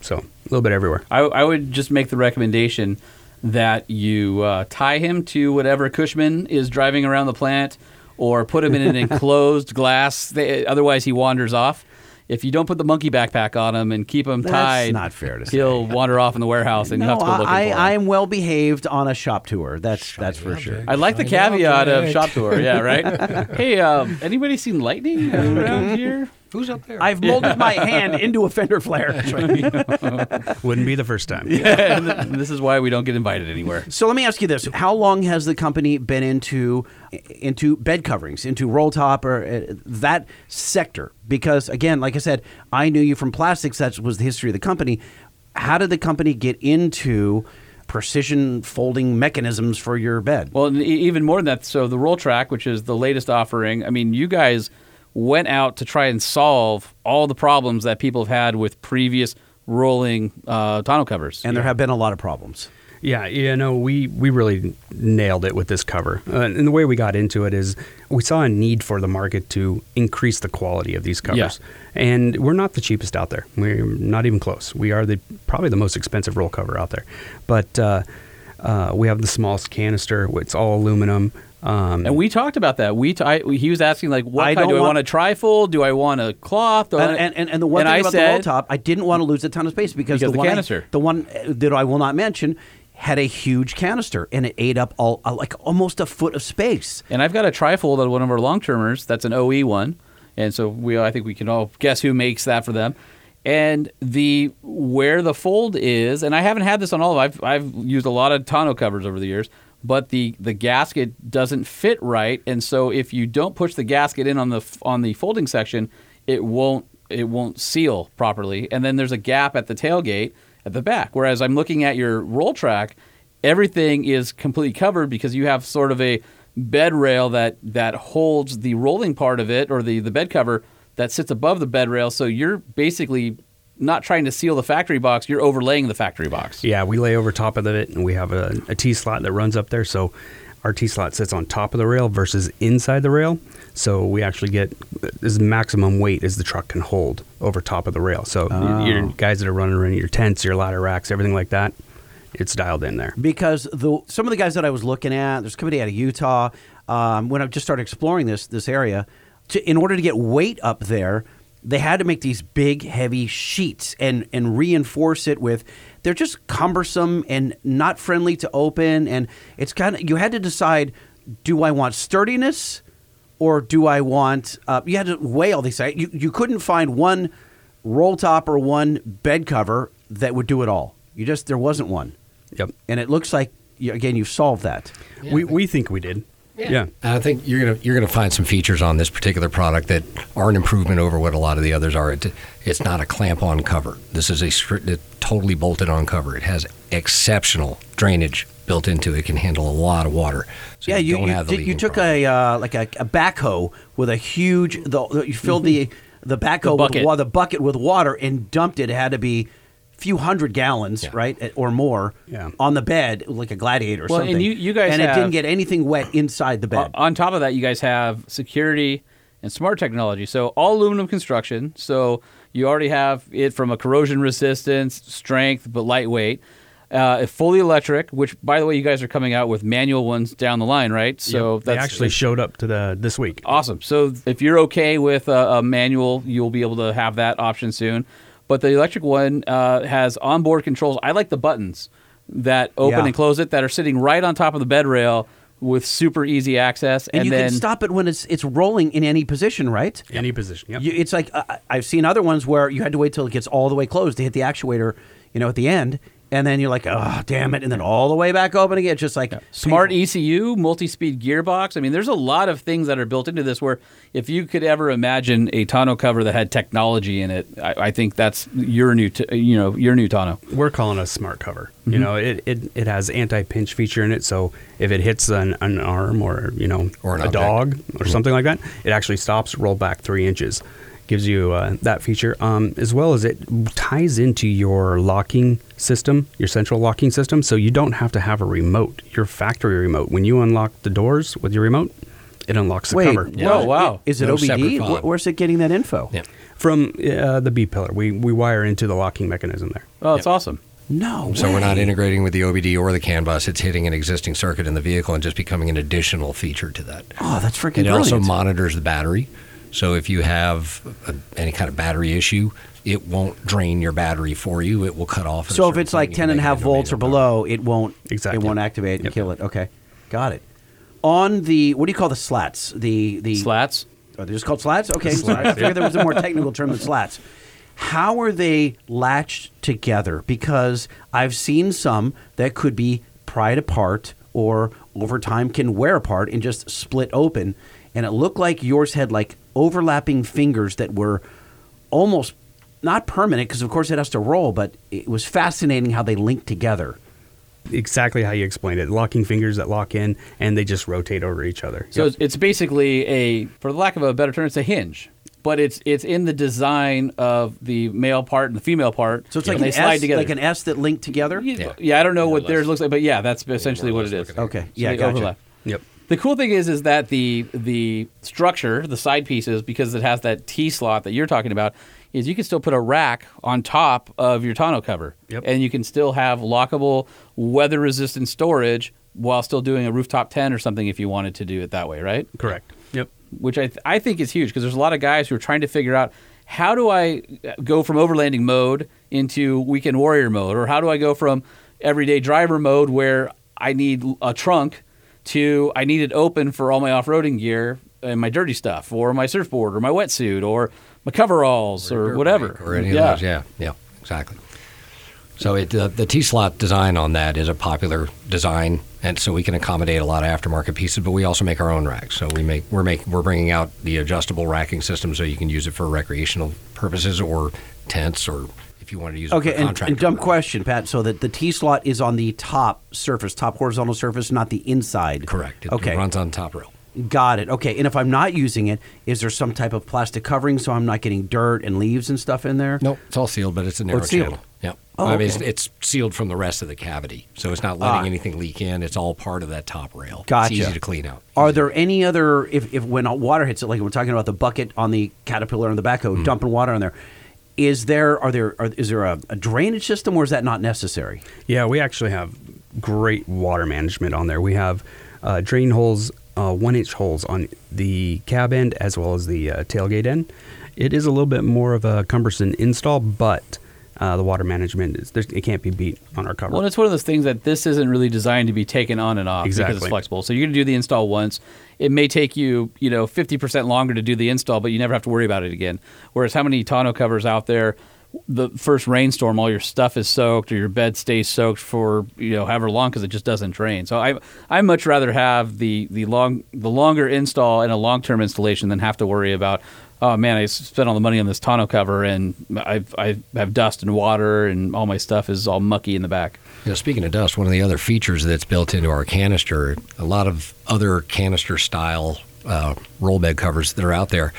So a little bit everywhere.
I, I would just make the recommendation that you uh, tie him to whatever Cushman is driving around the plant, or put him in an enclosed glass. They, otherwise, he wanders off. If you don't put the monkey backpack on him and keep him
That's
tied,
not fair to say.
he'll wander off in the warehouse, and you
No,
have to go looking
I,
for him.
I am well behaved on a shop tour. That's that's for sure.
I like the caveat of shop tour. Yeah, right. hey, um, anybody seen lightning around here?
Who's up there?
I've molded my hand into a fender flare.
Wouldn't be the first time.
And this is why we don't get invited anywhere.
So let me ask you this: How long has the company been into into bed coverings, into roll top, or uh, that sector? Because again, like I said, I knew you from plastics. That was the history of the company. How did the company get into precision folding mechanisms for your bed?
Well, and e- even more than that, so the roll track, which is the latest offering, I mean, you guys went out to try and solve all the problems that people have had with previous rolling uh, tonneau covers.
and there have been a lot of problems.
Yeah, you know, we, we really nailed it with this cover. Uh, and the way we got into it is we saw a need for the market to increase the quality of these covers. And we're not the cheapest out there. We're not even close. We are the probably the most expensive roll cover out there. But uh, uh, we have the smallest canister. It's all aluminum. Um,
and we talked about that. We t- I, he was asking like, what
I don't
kind? Do I want
want-
a trifold? Do I want a cloth? Do I
And,
want a-
and, and, and the one thing
I
about
said,
the roll top, I didn't want to lose a ton of space because, the,
Because the
one I-
canister.
the one uh, that I will not mention, had a huge canister and it ate up all uh, like almost a foot of space.
And I've got a trifold on one of our long termers. That's an OE one, and so we I think we can all guess who makes that for them. And the where the fold is, and I haven't had this on all of. I've I've used a lot of tonneau covers over the years, but the the gasket doesn't fit right, and so if you don't push the gasket in on the f- on the folding section, it won't it won't seal properly, and then there's a gap at the tailgate at the back. Whereas I'm looking at your roll track, everything is completely covered because you have sort of a bed rail that that holds the rolling part of it or the the bed cover that sits above the bed rail so you're basically not trying to seal the factory box you're overlaying the factory box
Yeah, we lay over top of it, and we have a, a T slot that runs up there. So our T slot sits on top of the rail versus inside the rail. So we actually get as maximum weight as the truck can hold over top of the rail. So y your guys that are running around your tents, your ladder racks, everything like that, it's dialed in there.
because the some of the guys that I was looking at, there's somebody out of Utah. Um, when I just started exploring this this area, to, in order to get weight up there, they had to make these big, heavy sheets and and reinforce it with. They're just cumbersome and not friendly to open, and it's kind of you had to decide: do I want sturdiness, or do I want? Uh, you had to weigh all these. You you couldn't find one roll top or one bed cover that would do it all. You just there wasn't one
Yep.
and it looks like you, again you've solved that.
we, we think we did. Yeah.
I think you're gonna you're gonna find some features on this particular product that are an improvement over what a lot of the others are. It, it's not a clamp-on cover. This is a stri- a totally bolted-on cover. It has exceptional drainage built into it. It can handle a lot of water. So
yeah, you
don't
you,
have the
did- you
leaking
took
problem.
a uh, like a, a backhoe with a huge the, the- you filled the the backhoe
Mm-hmm. bucket.
with wa- the bucket with water and dumped it. It had to be few hundred gallons, right, eh, or more,
Yeah.
on the bed like a gladiator or
Well, and
something.
you- you guys
and it
have- Uh,
didn't get anything wet inside the bed.
O- on top of that you guys have security and smart technology so all aluminum construction so you already have it from a corrosion resistance strength but lightweight uh, fully electric which by the way you guys are coming out with manual ones down the line right so Oh,
Yep. they actually showed up to the this week.
Awesome. So if you're okay with a, a manual, you'll be able to have that option soon. But the electric one uh, has onboard controls. I like the buttons that open
Yeah.
and close it that are sitting right on top of the bed rail with super easy access. And,
and you
then
can stop it when it's it's rolling in any position, right?
Any position. Yep.
You, it's like uh, I've seen other ones where you had to wait till it gets all the way closed to hit the actuator, you know, at the end, and then you're like, oh, damn it, and then all the way back open again. It's just like e-
smart ECU, multi-speed gearbox. I mean, there's a lot of things that are built into this. Where if you could ever imagine a tonneau cover that had technology in it, I, I think that's your new, t- you know, your new tonneau.
we're calling a smart cover.
Mm-hmm.
You know, it, it, it has anti-pinch feature in it, so if it hits an, an arm or you know
Or an
a
object. Mm-hmm.
dog or something like that, it actually stops, roll back three inches, gives you uh, that feature. Um, as well as it ties into your locking system, your central locking system, so you don't have to have a remote. Your factory remote, when you unlock the doors with your remote, it unlocks the
Wait,
cover.
what-
Oh, wow.
Is it
No separate
OBD?
file.
Wh- Where's it getting that info?
Yeah.
from uh, the B pillar. We we wire into the locking mechanism there.
Oh, it's awesome.
No.
So we're not
way.
integrating with the OBD or the CAN bus. It's hitting an existing circuit in the vehicle and just becoming an additional feature to that.
Oh, that's freaking
It
brilliant.
also monitors the battery. So if you have uh any kind of battery issue, it won't drain your battery for you. It will cut off. at a
so if
certain
it's like
point
10 and a half
make it domain
volts or
number.
below, it won't
Exactly.
it won't activate and kill it. Okay. Got it. On the what do you call the slats? The the
Slats.
Are they just called slats? Okay, sorry. I figured there was a more technical term than slats. How are they latched together? Because I've seen some that could be pried apart or over time can wear apart and just split open. And it looked like yours had like overlapping fingers that were almost not permanent because, of course, it has to roll, but it was fascinating how they linked together.
Exactly how you explained it. Locking fingers that lock in and they just rotate over each other.
So it's it's basically a, for the lack of a better term, it's a hinge. But it's it's in the design of the male part and the female part.
So it's
and
like, an
they slide
S,
together.
like an S that linked together?
yeah. I don't know what theirs looks like, but yeah, that's essentially what it is.
Okay,
So
yeah,
they
gotcha.
overlap.
Yep.
The cool thing is, is that the the structure, the side pieces, because it has that T slot that you're talking about, is you can still put a rack on top of your tonneau cover,
Yep.
and you can still have lockable, weather-resistant storage while still doing a rooftop tent or something if you wanted to do it that way, right?
Correct. Yep.
Which I th- I think is huge because there's a lot of guys who are trying to figure out how do I uh, go from overlanding mode into weekend warrior mode, or how do I go from everyday driver mode where I need a trunk to I need it open for all my off-roading gear and my dirty stuff, or my surfboard, or my wetsuit, or my coveralls, or, whatever,
or any
Yeah.
of those. Yeah, yeah, exactly. So it, uh, the T slot design on that is a popular design, and so we can accommodate a lot of aftermarket pieces. But we also make our own racks. So we make we're make we're bringing out the adjustable racking system, so you can use it for recreational purposes or tents, or if you want to use it
Okay,
for
and,
contractor
and dumb
work.
question, Pat. So that the T slot is on the top surface, top horizontal surface, not the inside.
Correct. It, it
okay,
runs on top rail.
got it. Okay, and if I'm not using it, is there some type of plastic covering so I'm not getting dirt and leaves and stuff in there?
Nope, it's all sealed, but it's a narrow
it's sealed.
channel. Yep.
Oh,
I mean,
okay.
it's, it's sealed from the rest of the cavity, so it's not letting
Ah.
anything leak in. It's all part of that top rail.
Gotcha.
It's easy to clean out.
Are there any other if, if when water hits it, like we're talking about the bucket on the caterpillar and the backhoe
Hmm.
dumping water on there? Is there are there are, is there a, a drainage system or is that not necessary?
Yeah, we actually have great water management on there. We have uh, drain holes, uh, one inch holes on the cab end as well as the uh, tailgate end. It is a little bit more of a cumbersome install, but uh, the water management is there's- it can't be beat on our cover.
Well, and it's one of those things that this isn't really designed to be taken on and off because
Exactly.
it's flexible. So you're going to do the install once. It may take you, you know, 50% longer to do the install, but you never have to worry about it again. Whereas how many tonneau covers out there, the first rainstorm, all your stuff is soaked or your bed stays soaked for, you know, however long because it just doesn't drain. So I I much rather have the the long the longer install and a long-term installation than have to worry about Oh man, I spent all the money on this tonneau cover, and I I have dust and water, and all my stuff is all mucky in the back.
You know, speaking of dust, one of the other features that's built into our canister, a lot of other canister style uh, roll bed covers that are out there,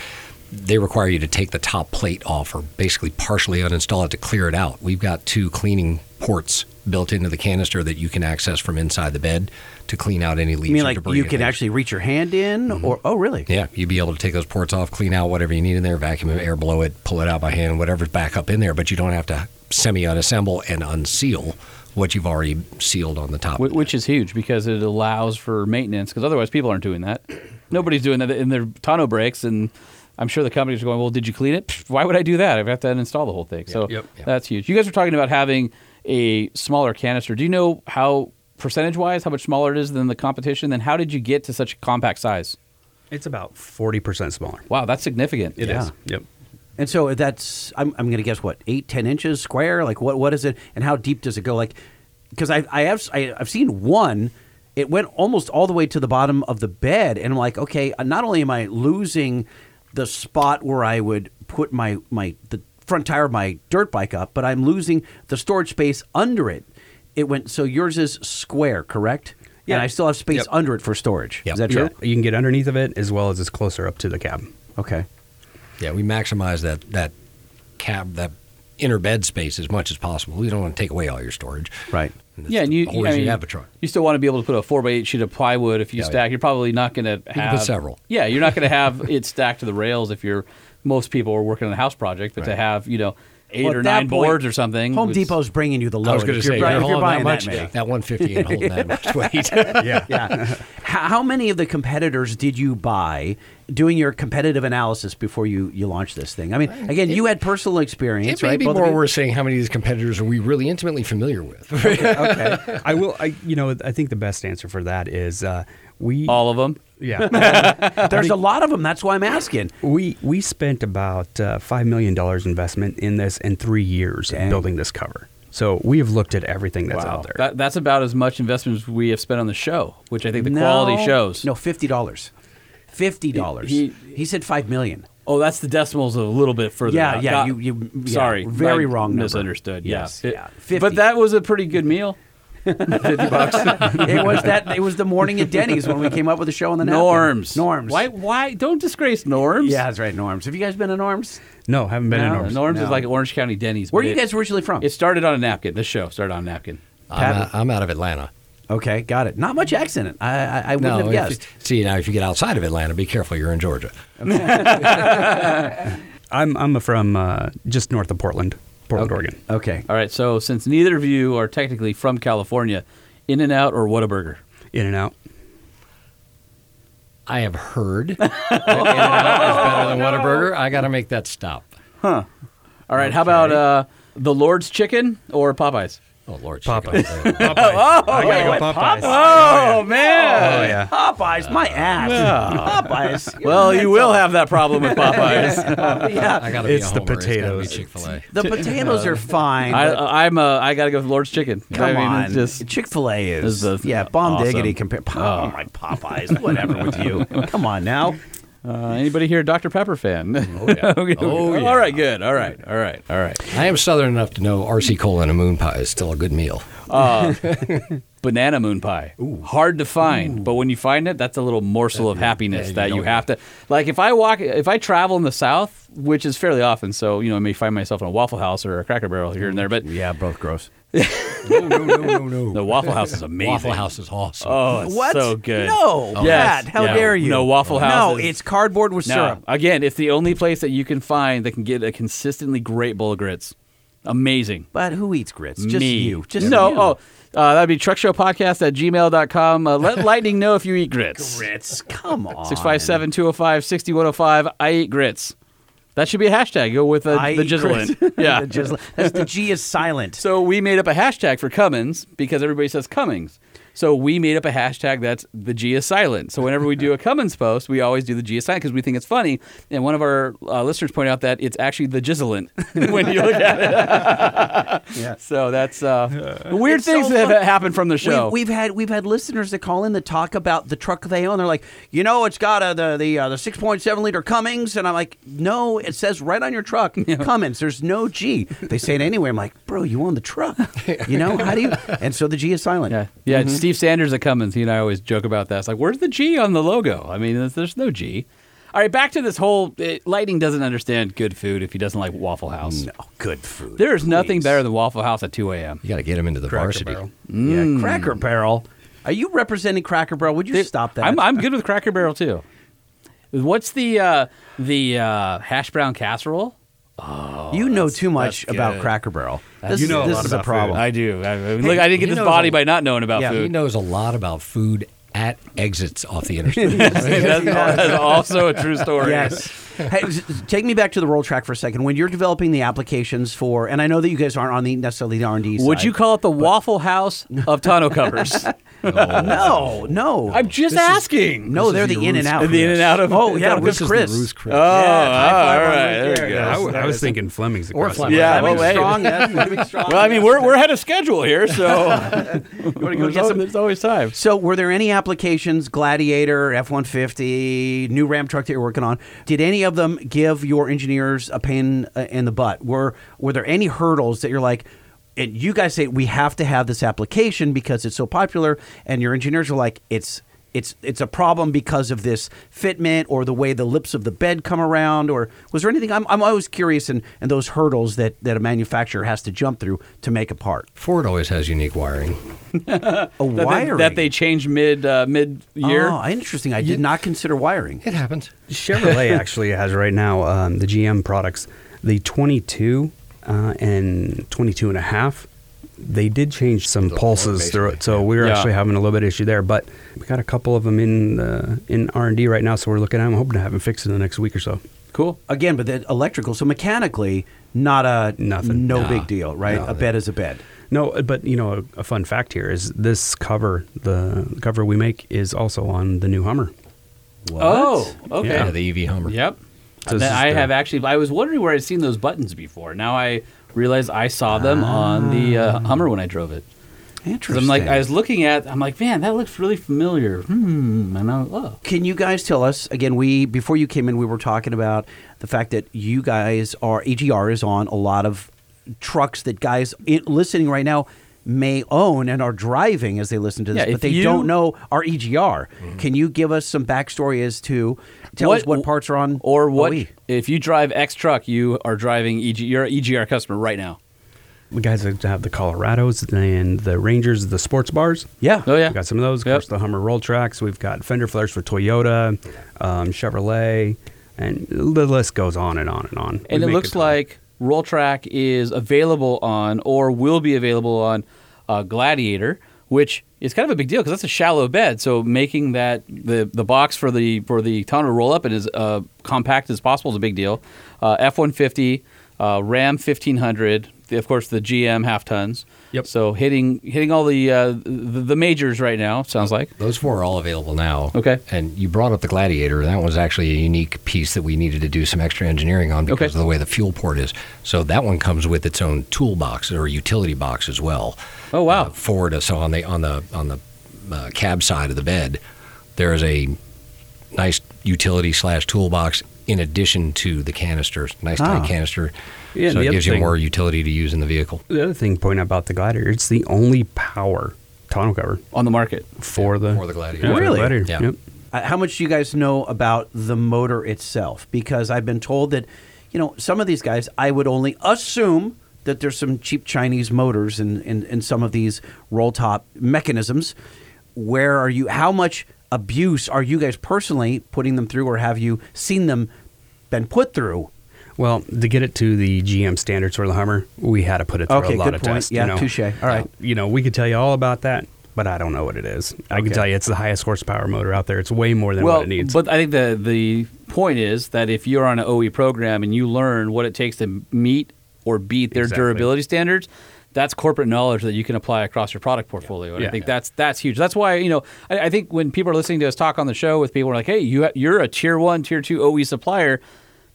they require you to take the top plate off or basically partially uninstall it to clear it out. We've got two cleaning ports built into the canister that you can access from inside the bed to clean out any leaves.
I mean,
or
like
debris Mm-hmm.
you
and
can
things.
actually reach your hand in, or oh, really?
Yeah, you'd be able to take those ports off, clean out whatever you need in there, vacuum it, air blow it, pull it out by hand, whatever's back up in there, but you don't have to semi unassemble and unseal what you've already sealed on the top.
Wh- which is huge because it allows for maintenance. Because otherwise, people aren't doing that. Nobody's doing that in their tonneau breaks, and I'm sure the companies are going, "Well, did you clean it? Pfft, Why would I do that? I have to uninstall the whole thing." so
Yep.
Yep.
that's huge. You guys were talking about having a smaller canister. Do you know how percentage-wise how much smaller it is than the competition? Then how did you get to such a compact size?
it's about forty percent smaller.
Wow, that's significant.
It is.
Yeah.
Yep.
And so that's I'm, I'm going to guess what eight ten inches square. Like what what is it? And how deep does it go? Like because I I have I, I've seen one. It went almost all the way to the bottom of the bed, and I'm like, okay. uh, Not only am I losing the spot where I would put my my the front tire of my dirt bike up, but I'm losing the storage space under it. It went so yours is square, correct?
Yeah.
And I still have space
Yep.
under it for storage.
Yep.
Is that true?
Yeah, You can get underneath of it as well as it's closer up to the cab.
Okay.
Yeah, we maximize that that cab that inner bed space as much as possible. We don't want to take away all your storage.
Right.
And that's
Yeah, and
the
you,
whole
I
reason
mean,
you have a truck.
you still want to be able to put a four by eight sheet of plywood if you
Yeah,
stack. You're probably not going to have
put several.
Yeah, you're not going to have it stacked to the rails if you're most people were working on a house project, but to have you know eight
Well, at
or
that
nine
point,
boards or something,
Home
was-
Depot's bringing you the low.
I was going to
if
say,
you're, buying-
you're
if you're
holding
buying
that much,
that many.
that 150 and holding that much weight.
Yeah.
yeah. How how many of the competitors did you buy doing your competitive analysis before you, you launched this thing? I mean, again, you had personal experience,
It may
right?
be
Both of
more
you-
we're saying how many of these competitors are we really intimately familiar with.
I will. I you know I think the best answer for that is uh, we
all of them.
yeah
There's a lot of them. That's why I'm asking.
we we spent about uh, five million dollars investment in this in three years of building this cover. So we have looked at everything that's out there.
That, that's about as much investment as we have spent on the show, which I think the quality shows.
No, fifty dollars. Fifty dollars. He,
He-
said five million.
Oh, that's the decimals a little bit further.
Yeah,
out.
yeah,
Got-
you- you- yeah,
sorry,
very
I
wrong number.
Misunderstood.
Yes,
yeah. It-
yeah, 50.
But that was a pretty good meal. Fifty bucks.
it was that. It was the morning at Denny's when we came up with the show on the napkin.
norms.
Norms.
Why? Why? Don't disgrace norms.
Yeah, that's right. Norms. Have you guys been to Norms?
no, haven't been
No,
in ours.
norms
No.
is like Orange County Denny's.
Where are
but
you
it-
guys originally from?
It started on a napkin. This show started on a napkin.
I'm, out, I'm out of Atlanta.
okay. Got it. Not much accent. I I, I wouldn't have
if-
guessed.
see now if you get outside of Atlanta, be careful. You're in Georgia.
I'm I'm from uh, just north of Portland, Portland, Oregon.
okay.
All right. So since neither of you are technically from California, In and Out or Whataburger?
In and out.
I have heard that In-N-Out is better than Whataburger. I got to make that stop.
All right. How about uh, the Lord's Chicken or Popeyes?
Oh Lord,
Popeyes.
Chicken.
I gotta go Popeyes.
Oh, man.
Oh yeah.
Popeyes, my
Uh,
ass. Oh, Popeyes.
Well, you will have that problem with Popeyes.
yeah.
I got to be
It's
a
the
homer.
potatoes.
Chick Fil A.
The potatoes are fine. but
I, I'm. Uh, I gotta go with Lord's Chicken.
Come
I mean,
on,
it's just
Chick Fil A is,
This is the-
yeah, bomb
awesome.
diggity compared. Oh. my Popeyes, whatever with you. Come on now.
uh, anybody here a Dr Pepper fan? Oh
yeah. Oh, yeah.
All right, good. All right, all right, all right.
I am Southern enough to know RC cola and a moon pie is still a good meal.
Banana moon pie. Hard to find, but when you find it, that's a little morsel of happiness that you have to. Like if I walk, if I travel in the South, which is fairly often, so you know, I may find myself in a Waffle House or a Cracker Barrel here and there, but
Yeah, both gross.
No, no, no, no, no.
the Waffle House is amazing.
Waffle House is awesome.
Oh, it's
What?
so good. Oh,
No,
Yes.
Pat, how
Yeah.
dare you?
No Waffle
No,
House.
it's cardboard with
No.
syrup.
Again, it's the only place that you can find that can get a consistently great bowl of grits. Amazing.
But who eats grits? Just
Me.
you. Just
no.
you.
Oh, uh, that'd be truckshowpodcast at gmail.com. Uh, let Lightning know if you eat grits.
grits. Come on.
657 205 6105. I eat grits. That should be a hashtag. Go with uh,
I
the
eat
jizzle in.
grits.
Yeah.
The jizzle- That's the G is silent.
So we made up a hashtag for Cummins because everybody says Cummings. So we made up a hashtag that's the G is silent. So whenever we do a Cummins post, we always do the G is silent because we think it's funny. And one of our uh, listeners pointed out that it's actually the Gizzlent when you look at it. So that's uh, weird
It's so
things that
fun-
have happened from the show.
We've, we've had we've had listeners that call in that talk about the truck they own. They're like, you know, it's got a, the the uh, the six point seven liter Cummings, and I'm like, no, it says right on your truck Cummins. There's no G. They say it anyway. I'm like, bro, you own the truck. You know how do you? And so the G is silent.
yeah, yeah. it's Steve Sanders at Cummins, he and I always joke about that. It's like, where's the G on the logo? I mean, there's, there's no G. All right, back to this whole. Uh, Lightning doesn't understand good food if he doesn't like Waffle House.
Oh, good food.
There is nothing better than Waffle House at 2 a.m.
you got to get them into the varsity.
Barrel.
Mm.
Yeah, Cracker Barrel. Are you representing Cracker Barrel? Would you stop that?
I'm, I'm good with Cracker Barrel too. What's the uh, the uh, hash brown casserole?
you know too much
Oh, that's
about
good.
Cracker Barrel. This,
You know a
this
lot
is
about
a
food.
problem.
I do. I, I- look, I didn't get
He
this
knows
body
a-
by not knowing about
Yeah,
He
food.
knows a lot about food at exits off the interstate.
that's, that's also a true story.
Yes. hey, s- s- take me back to the roll track for a second. When you're developing the applications for, and I know that you guys aren't on the necessarily the R and D.
Would you call it the Waffle House of tonneau covers?
No, no.
I'm just asking.
no, they're the in and out.
The In and Out of-
Oh yeah,
No,
with
this is
Chris.
the Ruth's Chris.
Oh, all
on
right.
Ruth
There
Chris.
you
Yeah, I,
go.
w- I was thinking Fleming's across. the
Fleming's.
way.
Yeah,
That
well,
makes
hey.
strong. That makes strong.
Well, I mean, we're, we're ahead of schedule here, so
go
there's,
get some-
always, there's always time.
So, were there any applications, Gladiator, F 150, new Ram truck that you're working on? Did any of them give your engineers a pain uh, in the butt? Were, were there any hurdles that you're like, and you guys say, we have to have this application because it's so popular, and your engineers are like, it's it's it's a problem because of this fitment or the way the lips of the bed come around or was there anything I'm, I'm always curious in, in those hurdles that, that a manufacturer has to jump through to make a part.
Ford always has unique wiring.
A
that, they-
wiring
that they change mid uh, mid year.
Oh, interesting. I did not consider wiring.
It happens.
Chevrolet actually has right now um, the GM products, the 22 uh, and 22 and a half. They did change some
They're
pulses
basically,
through it, so we were
yeah.
actually having a little bit of issue there. But we got a couple of them in uh, in R and D right now, so we're looking at them, hoping to have them fixed in the next week or so.
cool.
Again, but then electrical, so mechanically, not a
Nothing.
No
Nah.
big deal, right?
No,
a
they-
bed is a bed.
No, uh, but you know, a, a fun fact here is this cover, the cover we make, is also on the new Hummer.
What?
Oh, okay.
Yeah, the EV Hummer.
Yep.
So this
That
is
I
the-
have actually. I was wondering where I'd seen those buttons before. Now I realize I saw them on the uh, Hummer when I drove it. 'Cause
interesting.
I'm like, I was looking at. I'm like, man, that looks really familiar. Hmm. And I'm, oh,
Can you guys tell us again? We before you came in, we were talking about the fact that you guys are AGR is on a lot of trucks that guys i listening right now may own and are driving as they listen to this,
Yeah,
but
if
they
you- Mm-hmm.
don't know our EGR. Can you give us some backstory as to tell us what parts are on E?
or what?
OE?
If you drive X truck, you are driving EG. You're an EGR customer right now.
the guys that have the Colorados and the Rangers, the sports bars.
Yeah.
Oh yeah.
We've got some of those. Of
Yep.
course, the Hummer roll tracks. We've got fender flares for Toyota, um, Chevrolet, and the list goes on and on and on. We
and it
make a
looks
ton.
like Roll Track is available on or will be available on uh, Gladiator, which is kind of a big deal because that's a shallow bed. So making that the the box for the for the tonneau to roll up and as uh, compact as possible is a big deal. Uh, F one fifty, uh, Ram fifteen hundred, of course the GM half tons.
Yep.
So hitting hitting all the uh, the, the majors right now sounds like.
Those four are all available now.
Okay.
And you brought up the Gladiator. and That was actually a unique piece that we needed to do some extra engineering on because
Okay.
of the way the fuel port is. So that one comes with its own toolbox or utility box as well.
Oh, wow.
Uh, forward, so on the on the on the uh, cab side of the bed, there is a nice utility slash toolbox in addition to the canister. Nice
Ah.
tight canister.
Yeah,
so
the
it
other
gives you
thing-
more utility to use in the vehicle.
the other thing. Point out about the glider, it's the only power tonneau cover
On the market,
for the
for the Gladiator.
for the
Really?
Gladiator.
Yeah.
Yep.
Uh, how much do you guys know about the motor itself? Because I've been told that, you know, some of these guys, I would only assume that there's some cheap Chinese motors in, in, in some of these roll top mechanisms. Where are you? How much abuse are you guys personally putting them through, or have you seen them been put through?
Well, to get it to the GM standards for the Hummer, we had to put it through
Okay,
a lot
good
of
point.
tests.
Yeah,
you know.
touche. All right.
You know, we could tell you all about that, but I don't know what it is. I can
Okay.
tell you it's the highest horsepower motor out there. It's way more than
well,
what it needs.
but I think the the point is that if you're on an OE program and you learn what it takes to meet or beat their
Exactly.
durability standards, that's corporate knowledge that you can apply across your product portfolio. And I
Yeah.
think
Yeah.
that's that's huge. That's why you know I, I think when people are listening to us talk on the show with people, we're like, hey, you ha- you're a tier one, tier two OE supplier.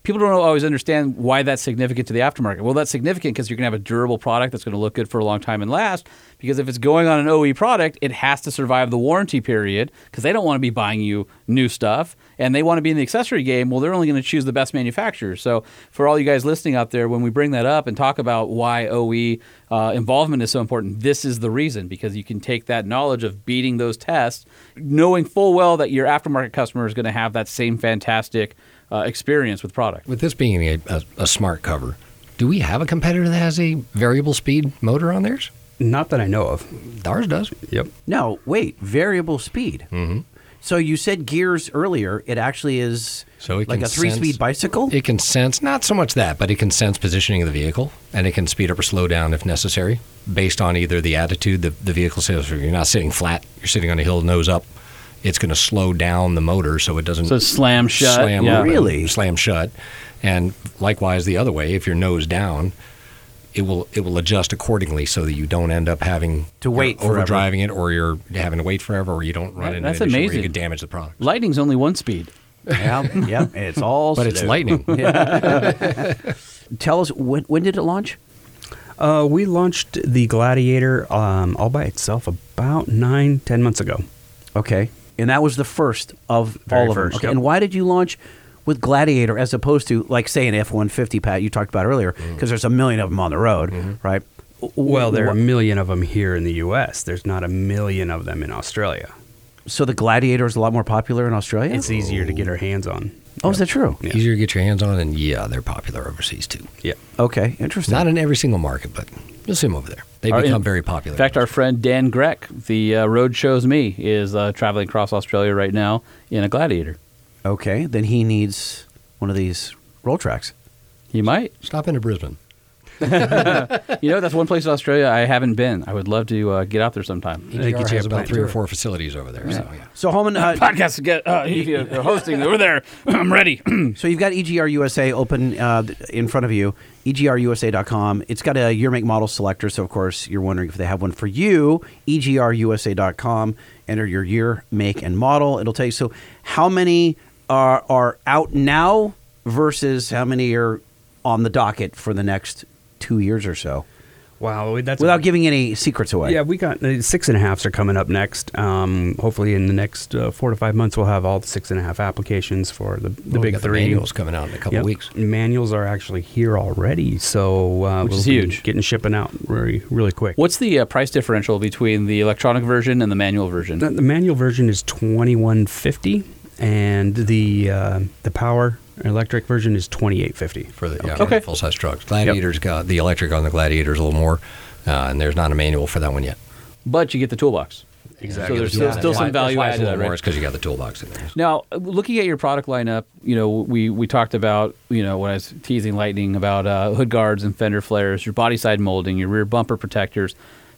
People don't always understand why that's significant to the aftermarket. Well, that's significant because you're going to have a durable product that's going to look good for a long time and last. Because if it's going on an OE product, it has to survive the warranty period because they don't want to be buying you new stuff and they want to be in the accessory game. Well, they're only going to choose the best manufacturer. So, for all you guys listening out there, when we bring that up and talk about why OE uh, involvement is so important, this is the reason because you can take that knowledge of beating those tests, knowing full well that your aftermarket customer is going to have that same fantastic uh, experience with product.
With this being a, a, a smart cover, do we have a competitor that has a variable speed motor on theirs?
Not that I know of.
Ours does.
Yep.
No, wait, variable speed. Mm-hmm. So you said gears earlier. It actually is
So it
like
can
a three
sense-
speed bicycle?
It can sense, not so much that, but it can sense positioning of the vehicle and it can speed up or slow down if necessary based on either the attitude the, the vehicle says. If you're not sitting flat, you're sitting on a hill nose up, it's going to slow down the motor so it doesn't
So slam shut.
slam
yeah.
open,
Really?
slam shut. And likewise, the other way, if you're nose down, it will it will adjust accordingly so that you don't end up having
To wait
over
forever.
driving it, or you're having to wait forever, or you don't run
That-
into
that's
an issue where
amazing.
you could damage the product.
Lightning's only one speed.
yep, yep. It's all
But it's
slow.
lightning.
Tell us, when, when did it launch?
Uh, we launched the Gladiator um, all by itself about nine, ten months ago.
Okay. And that was the first of
Very
all of
first,
them. Okay.
yep.
And why did you launch with Gladiator as opposed to, like, say, an F 150, Pat, you talked about earlier, because there's a million of them on the road, right? W-
Well, there are a
wh-
million of them here in the U.S. There's not a million of them in Australia.
So the Gladiator is a lot more popular in Australia.
It's easier to get our hands on.
oh, is that true?
Easier to get your hands on, and yeah, they're popular overseas too.
Yeah.
Okay, interesting.
Not in every single market, but you'll see them over there. They
Our-
become
in-
very popular.
In fact, our friend Dan Greck, the uh, road shows me, is uh, traveling across Australia right now in a Gladiator.
okay, then he needs one of these roll tracks.
He might.
stop into Brisbane.
You know, that's one place in Australia I haven't been. I would love to uh, get out there sometime.
They
get you
E has
a
about
plant
three or
tour.
four facilities over there. So yeah.
So Holman, uh,
Podcast get uh, if you're hosting over there. I'm ready.
so you've got E EGR USA open uh, in front of you, E egrusa.com. It's got a year make model selector, so of course you're wondering if they have one for you. E egrusa.com. Enter your year, make, and model. It'll tell you. So how many are are out now versus how many are on the docket for the next two years or so,
Wow. That's
without giving any secrets away.
Yeah, we got uh, six and a halfs are coming up next. Um, hopefully, in the next uh, four to five months, we'll have all the six and a half applications for the, the
Well, we
big
got
three.
The manuals coming out in a couple
Yep.
weeks.
Manuals are actually here already, so uh,
Which
we'll
is
be
huge.
Getting shipping out really, really quick.
What's the uh, price differential between the electronic version and the manual version?
The, the manual version is twenty one fifty, and the uh, the power electric version is twenty eight fifty.
for the
Okay.
full size trucks. Gladiators got the electric on the Gladiators a little more, uh, and there's not a manual for that one yet.
But you get the toolbox.
Exactly.
So there's still, still some value added to that, right?
because you got the toolbox in there.
Now, looking at your product lineup, you know, we, we talked about, you know, when I was teasing Lightning about uh, hood guards and fender flares, your body side molding, your rear bumper protectors,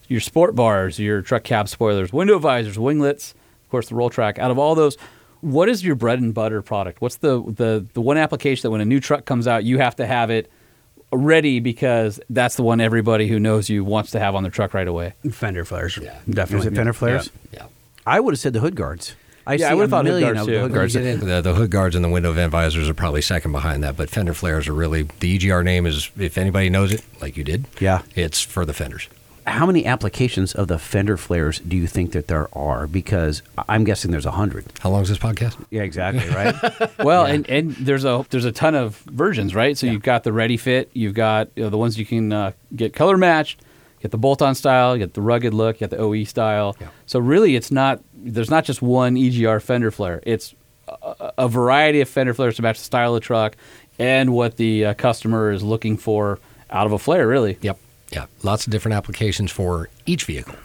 your sport bars, your truck cab spoilers, window visors, winglets, of course, the roll track. Out of all those, what is your bread and butter product? What's the, the, the one application that when a new truck comes out, you have to have it ready because that's the one everybody who knows you wants to have on their truck right away?
Fender flares,
Yeah.
Is
definitely.
it fender flares?
Yeah.
I would have said the hood guards. I
Yeah, I
see
would
a
have thought hood
million
guards,
of
too.
the hood
Hood
guards.
The, the hood guards and the window vent visors are probably second behind that, but fender flares are really the EGR name is if anybody knows it, like you did.
Yeah.
it's for the fenders.
How many applications of the fender flares do you think that there are? Because I- I'm guessing there's a hundred.
How long is this podcast?
Yeah, exactly. Right.
Well, and, and there's a there's a ton of versions, right? So you've got the ready fit, you've got you know, the ones you can uh, get color matched, you get the bolt on style, you get the rugged look, you get the OE style. So really, it's not there's not just one EGR fender flare. It's a, a variety of fender flares to match the style of the truck and what the uh, customer is looking for out of a flare, really.
Yep. Yeah. Lots of different applications for each vehicle.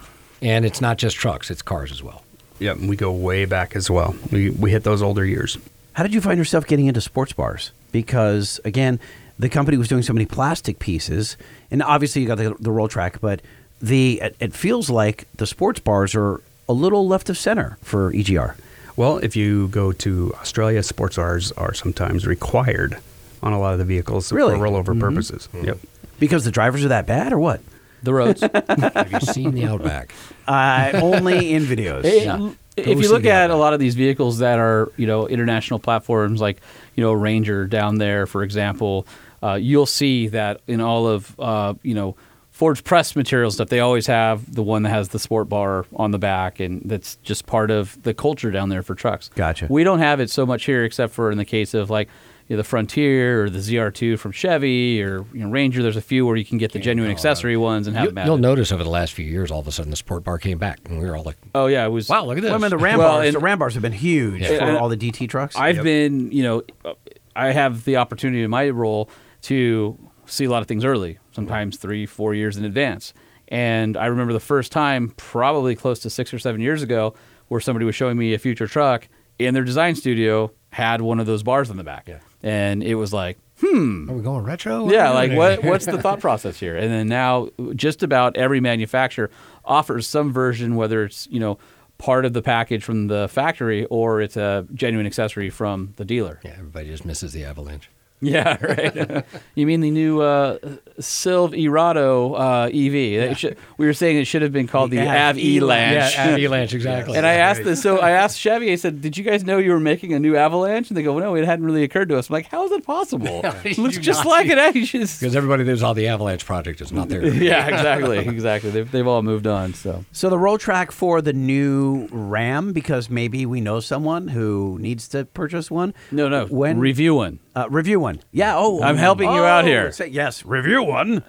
And it's not just trucks, it's cars as well.
Yep, and we go way back as well. We we hit those older years.
How did you find yourself getting into sports bars? Because again, the company was doing so many plastic pieces, and obviously you got the, the roll track, but the it, it feels like the sports bars are a little left of center for E EGR.
Well, if you go to Australia, sports bars are sometimes required on a lot of the vehicles
Really?
for rollover purposes. Yep.
Because the drivers are that bad, or what?
The roads.
Have you seen the Outback?
Uh, only in videos.
It-
Yeah.
l-
Go
If you
see
look
the
at a
outline.
lot of these vehicles that are, you know, international platforms like, you know, Ranger down there, for example, uh, you'll see that in all of, uh, you know, Ford's press material stuff, they always have the one that has the sport bar on the back, and that's just part of the culture down there for trucks.
Gotcha.
We don't have it so much here, except for in the case of like you know, the Frontier or the ZR2 from Chevy or you know, Ranger. There's a few where you can get the genuine accessory ones and have
You,
them. added.
will notice over the last few years, all of a sudden the sport bar came back, and we were all like,
Oh yeah, it was.
"Wow, look at this!"
Well, I mean, the ram
Well,
bars.
and-
the ram bars have been huge
Yeah.
for
And-
all the DT trucks.
I've been, you know, I have the opportunity in my role to see a lot of things early, sometimes three, four years in advance. And I remember the first time, probably close to six or seven years ago, where somebody was showing me a future truck in their design studio had one of those bars on the back.
Yeah.
And it was like,
Are we going retro? What
yeah,
are we
like
doing?
what what's the thought process here? And then now just about every manufacturer offers some version whether it's, you know, part of the package from the factory or it's a genuine accessory from the dealer.
Yeah, everybody just misses the avalanche.
Yeah, right. you mean the new uh, Silv Erado uh, EV? That should, we were saying it should have been called the, Av Elanche.
avalanche, exactly.
and I asked this, so I asked Chevy. I said, "Did you guys know you were making a new Avalanche?" And they go, well, "No, it hadn't really occurred to us." I'm like, "How is that possible? it looks
You
just
Nazi.
like it." I just-
because everybody that was on the avalanche project is not there.
yeah, exactly, exactly. They've, they've all moved on. So
So the roll track for the new Ram, because maybe we know someone who needs to purchase one.
no, no.
When
review one.
uh, review one. Yeah. Oh,
I'm helping you out
oh,
here.
say- yes, review one.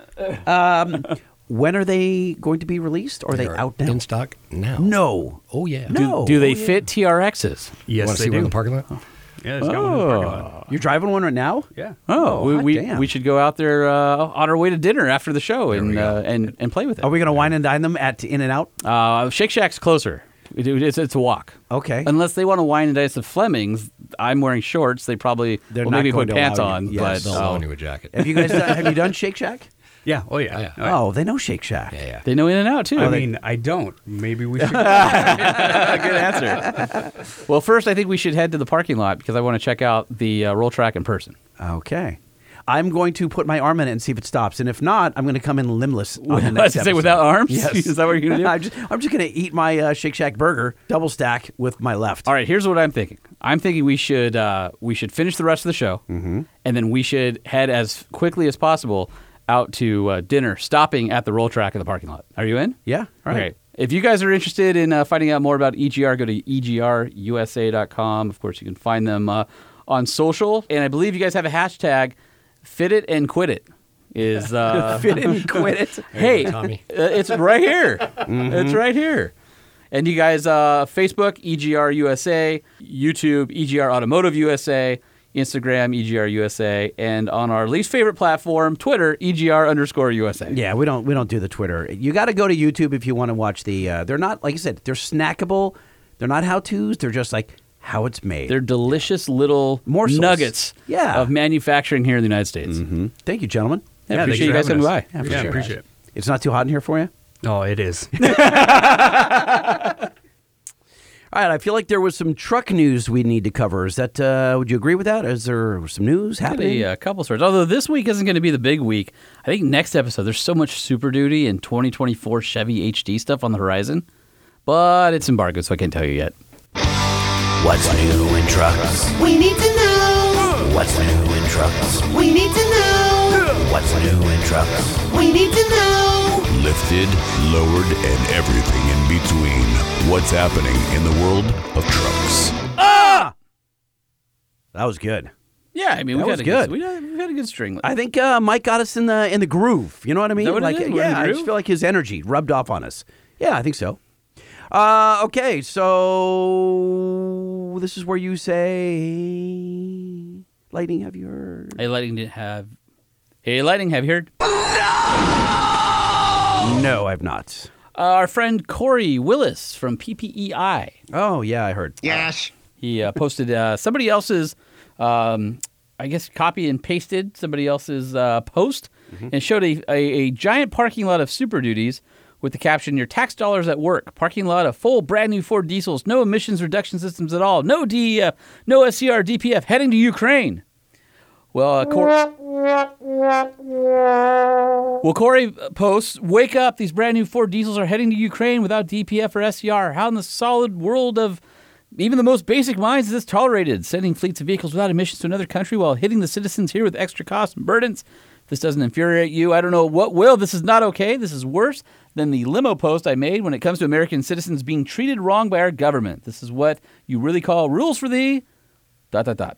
um, When are they going to be released? Are they,
They're
out now?
In stock now.
no.
Oh yeah.
No. Oh,
Do they
yeah.
fit TRXs?
Want
Yes,
to
they
see one in
do. Oh.
the parking lot?
Yeah, there's got one in the parking lot.
You're driving one right now?
Yeah.
Oh, we
hot
we,
damn.
we should go out there uh, on our way to dinner after the show and uh, and and play with it.
Are we going to wine and dine them at In and Out?
Uh, Shake Shack's closer. It- it- It's, it's a walk.
Okay.
Unless they want to wine and dice the Flemings, I'm wearing shorts. They probably
They're
will
not
maybe
going
put
to
pants
allow
on.
you. Yes.
But
They'll
Oh.
loan you a jacket.
have you guys done, have you done Shake Shack?
Yeah. Oh yeah.
yeah.
Oh,
Oh, they know Shake Shack.
Yeah, yeah.
Oh, they know in and out too.
I mean, I don't. Maybe we should.
good answer. well, first I think we should head to the parking lot because I want to check out the uh, roll track in person.
Okay. I'm going to put my arm in it and see if it stops. And if not, I'm going to come in limbless on the
I was
next
gonna say
episode.
without arms.
Yes.
Is that what you're gonna do?
I'm just, I'm just going to eat my uh, Shake Shack burger, double stack with my left.
All right, here's what I'm thinking. I'm thinking we should uh, we should finish the rest of the show,
Mm-hmm.
and then we should head as quickly as possible out to uh, dinner, stopping at the roll track in the parking lot. Are you in?
Yeah. All right.
Okay. If you guys are interested in uh, finding out more about EGR, go to E egrusa.com. Of course, you can find them uh, on social, and I believe you guys have a hashtag. Fit it and quit it is uh,
Fit it and quit it. Mm-hmm.
Hey,
go, Tommy.
uh, it's right here. It's right here. And you guys, uh, Facebook, EGR USA, YouTube, EGR Automotive USA, Instagram, E EGR USA, and on our least favorite platform, Twitter, EGR underscore USA.
Yeah, we don't we don't do the Twitter. You got to go to YouTube if you want to watch the. Uh, they're not like I said. They're snackable. They're not how tos. They're just like how it's made.
They're delicious little
Morsels.
nuggets
Yeah.
of manufacturing here in the United States.
Thank you, gentlemen.
I appreciate you guys coming by.
Yeah, appreciate, it.
It's not too hot in here for you.
Oh, it is.
All right, I feel like there was some truck news we need to cover. Is that uh, would you agree with that? Is there some news
Had
happening?
a uh, couple stories. Although this week isn't going to be the big week. I think next episode, there's so much Super Duty and 2024 Chevy HD stuff on the horizon, but it's embargoed, so I can't tell you yet.
What's new in trucks?
We need to know.
What's new in trucks?
We need to know.
What's new in trucks?
We need to know.
Lifted, lowered, and everything in between. What's happening in the world of trucks?
That was good.
Yeah, I mean,
That
we've
was
had a
good.
We had, we've had a good string.
I think uh, Mike got us in the in the groove. You know what I mean?
that what it
like,
is? We're in
yeah,
the
I just
groove?
feel like his energy rubbed off on us. Yeah, I think so. Uh, okay, so this is where you say, "Lightning, have you heard?"
hey, lighting didn't have. Hey, lighting, have you heard?
No, I've not.
Uh, our friend Corey Willis from E PPEI.
Oh yeah, I heard.
Yes.
He uh, posted uh, somebody else's, um, I guess, copy and pasted somebody else's uh, post and showed a, a, a giant parking lot of super duties with the caption Your tax dollars at work. Parking lot of full brand new Ford diesels, no emissions reduction systems at all, no DEF, no SCR, DPF, heading to Ukraine. Well, uh, Cor- well, Corey posts, wake up. These brand new Ford diesels are heading to Ukraine without DPF or SCR. How in the solid world of even the most basic minds is this tolerated? Sending fleets of vehicles without emissions to another country while hitting the citizens here with extra costs and burdens. If this doesn't infuriate you. I don't know what will. This is not okay. This is worse than the limo post I made when it comes to American citizens being treated wrong by our government. This is what you really call rules for thee dot dot dot.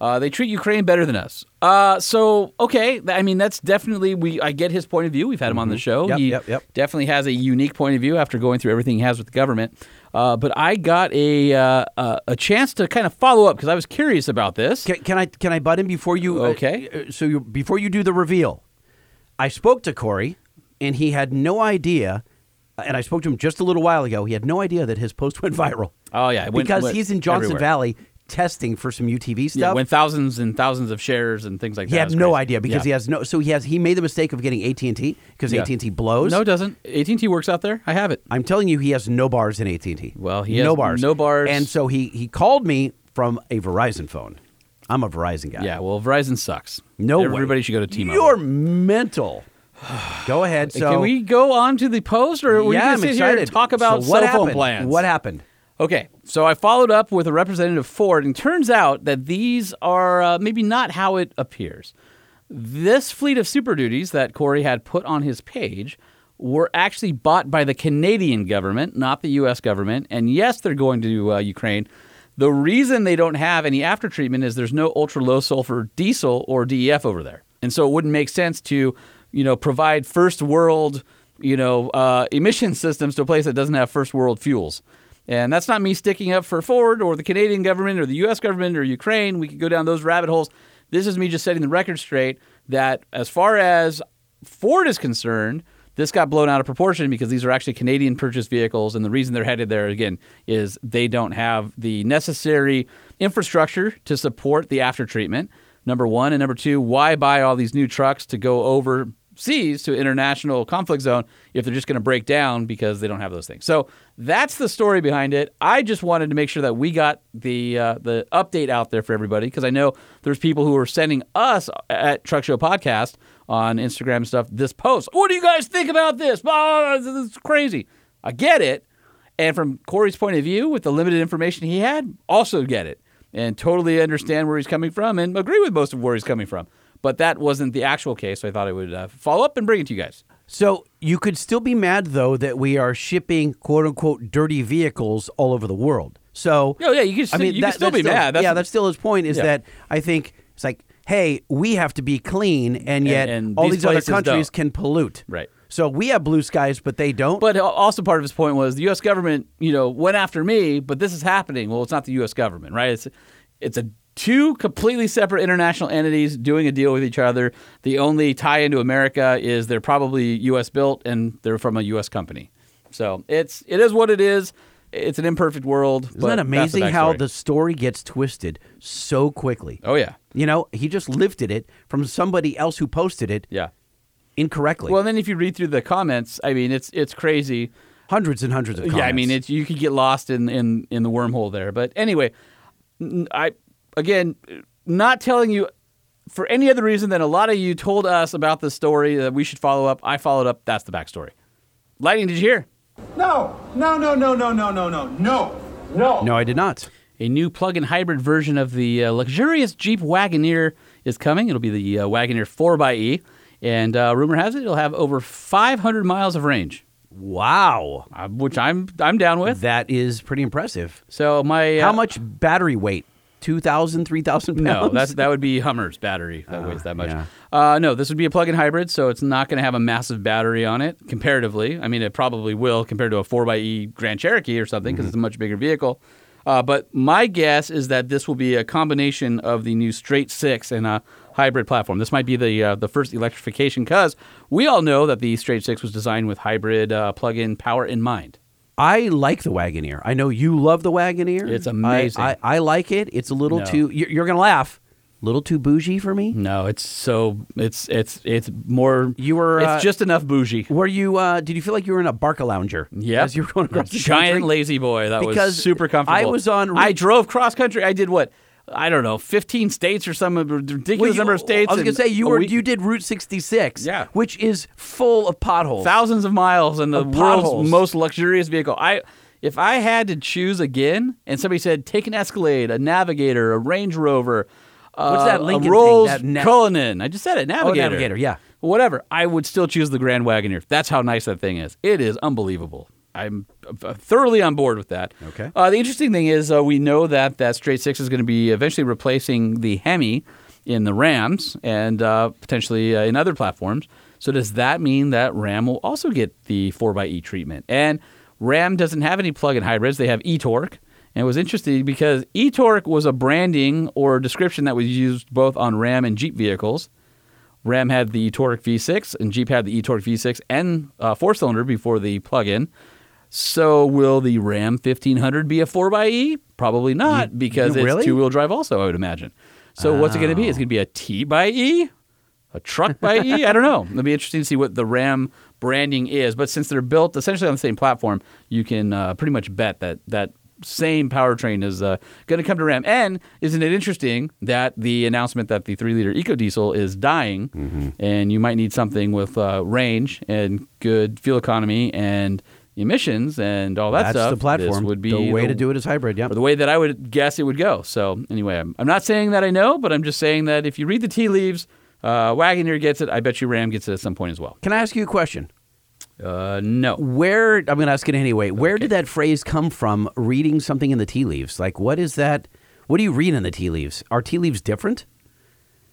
Uh, they treat Ukraine better than us. Uh, so okay, th- I mean that's definitely we. I get his point of view. We've had him on the show.
Mm-hmm. Yep,
he
yep, yep.
definitely has a unique point of view after going through everything he has with the government. Uh, but I got a uh, uh, a chance to kind of follow up because I was curious about this.
Can, can I can I butt in before you? uh,
Okay.
uh, so you, before you do the reveal, I spoke to Corey, and he had no idea. uh, And I spoke to him just a little while ago. He had no idea that his post went viral.
Oh, yeah, it went-
because
went
he's in Johnson
everywhere.
Valley testing for some UTV
Yeah,
stuff.
when thousands and thousands of shares and things like
he
that.
had
It's
no
crazy.
idea because
Yeah.
he has no. So he has he made the mistake of getting AT and T because
Yeah.
AT and T blows.
No, it doesn't. AT and T works out there. I have it.
I'm telling you, he has no bars in AT and T.
Well, he
no
has
bars,
no bars.
And so he he called me from a Verizon phone. I'm a Verizon guy.
Yeah. Well, Verizon sucks.
No way.
Everybody should go to T-Mobile.
You're mental. Go ahead. So
Can we go on to the post, or are we
yeah,
going
I'm
to sit
excited.
here and talk about
so what
cell phone
happened?
plans?
What happened?
Okay, so I followed up with a representative of Ford, and turns out that these are uh, maybe not how it appears. This fleet of Super Duties that Corey had put on his page were actually bought by the Canadian government, not the U.S. government. And yes, they're going to uh, Ukraine. The reason they don't have any after treatment is there's no ultra low sulfur E diesel or DEF over there, and so it wouldn't make sense to, you know, provide first world you know, uh, emission systems to a place that doesn't have first world fuels. And that's not me sticking up for Ford or the Canadian government or the U.S. government or Ukraine. We could go down those rabbit holes. This is me just setting the record straight that as far as Ford is concerned, this got blown out of proportion because these are actually Canadian purchased vehicles. And the reason they're headed there, again, is they don't have the necessary infrastructure to support the after treatment, number one. And number two, why buy all these new trucks to go overseas to international conflict zone if they're just going to break down because they don't have those things? So that's the story behind it. I just wanted to make sure that we got the, uh, the update out there for everybody because I know there's people who are sending us at Truck Show Podcast on Instagram and stuff this post. What do you guys think about this? Blah, blah, blah, this is crazy. I get it. And from Corey's point of view, with the limited information he had, also get it and totally understand where he's coming from and agree with most of where he's coming from. But that wasn't the actual case, so I thought I would uh, follow up and bring it to you guys.
So you could still be mad though that we are shipping quote unquote dirty vehicles all over the world. So
Oh, yeah, you can still- you can still
that's
be mad. That's-
yeah, that's still his point. Is
Yeah.
that I think it's like, hey, we have to be clean, and yet
and
all
these
these other
places
countries
don't.
can pollute.
Right.
So we have blue skies, but they don't.
But also part of his point was the U.S. government, you know, went after me, but this is happening. Well, it's not the U.S. government, right? It's it's a two completely separate international entities doing a deal with each other. The only tie into America is they're probably U.S. built and they're from a U.S. company. So it's it is what it is. It's an imperfect world.
isn't that amazing how the story gets twisted so quickly?
oh yeah
You know, he just lifted it from somebody else who posted it
yeah.
incorrectly.
Well, then if you read through the comments, I mean, it's it's crazy.
hundreds and hundreds of comments.
Yeah, I mean, it's you could get lost in in in the wormhole there. But anyway, n- I again not telling you for any other reason than a lot of you told us about the story that we should follow up. I followed up. That's the backstory. Lightning, did you hear?
No, no, no, no, no, no, no, no, no, no.
no, I did not.
A new plug-in hybrid version of the uh, luxurious Jeep Wagoneer is coming. It'll be the uh, Wagoneer 4xE, and uh, rumor has it it'll have over 500 miles of range,
Wow,
uh, which I'm I'm down with.
that is pretty impressive.
So my
Mm-hmm.
uh,
How much battery weight? 2,000, 3,000 pounds?
No, that's that would be Hummer's battery that weighs that much.
yeah.
Uh, no, this would be a plug-in hybrid, so it's not going to have a massive battery on it comparatively. I mean, it probably will compared to a 4xE Grand Cherokee or something because it's a much bigger vehicle. Uh, but my guess is that this will be a combination of the new straight six and a hybrid platform. This might be the uh, the first electrification because we all know that the straight six was designed with hybrid uh, plug-in power in mind.
I like the Wagoneer. I know you love the Wagoneer.
It's
I-
amazing.
I, I, like it. It's a little
No. Mm.
too, you're, you're going to laugh, a little too bougie for me.
No, it's so it's it's it's more.
You were,
It's
uh,
just enough bougie.
Were you, uh, did you feel like you were in a Barca Lounger?
Yeah,
As you were going across the
giant
country?
lazy boy. That
Because
was super comfortable.
I was on-
I drove cross country. I did what? I don't know, fifteen states or some ridiculous
Well, you-
number of states.
I was
in
going to say, you
a
were
week.
you did Route 66,
Yeah.
which is full of potholes.
thousands of miles in the
Of
world's
potholes.
most luxurious vehicle. I, if I had to choose again, and somebody said take an Escalade, a Navigator, a Range Rover,
What's
uh,
that Lincoln
a
thing?
Rolls
That na- Oh,
Cullinan. I just said it, Navigator.
Navigator, yeah.
Whatever. I would still choose the Grand Wagoneer. That's how nice that thing is. It is unbelievable. I'm uh, thoroughly on board with that.
Okay.
Uh, the interesting thing is, uh, we know that that straight six is going to be eventually replacing the Hemi in the Rams and uh, potentially uh, in other platforms. So does that mean that Ram will also get the 4xE treatment? And Ram doesn't have any plug-in hybrids. They have eTorque. And it was interesting because eTorque was a branding or description that was used both on Ram and Jeep vehicles. Ram had the eTorque V6 and Jeep had the eTorque V6 and uh, four cylinder before the plug-in. So will the Ram 1500 be a 4xE? Probably not because
you- really?
it's two-wheel drive also, I would imagine. So what's it going to be? It's going to be a T by E? A truck by E? I don't know. It'll be interesting to see what the Ram branding is. But since they're built essentially on the same platform, you can uh, pretty much bet that that same powertrain is uh, going to come to Ram. And isn't it interesting that the announcement that the three liter eco diesel is dying
Mm-hmm.
and you might need something with uh, range and good fuel economy and emissions and all that
That's
stuff?
the platform.
This would be
the way
the-
to do it is hybrid, yeah.
or the way that I would guess it would go. So anyway, I'm, I'm not saying that I know, but I'm just saying that if you read the tea leaves, uh, Wagoneer gets it. I bet you Ram gets it at some point as well.
Can I ask you a question?
Uh, no.
Where I'm going to ask it anyway. Where did that phrase come from? Reading something in the tea leaves. Like, what is that? What do you read in the tea leaves? Are tea leaves different?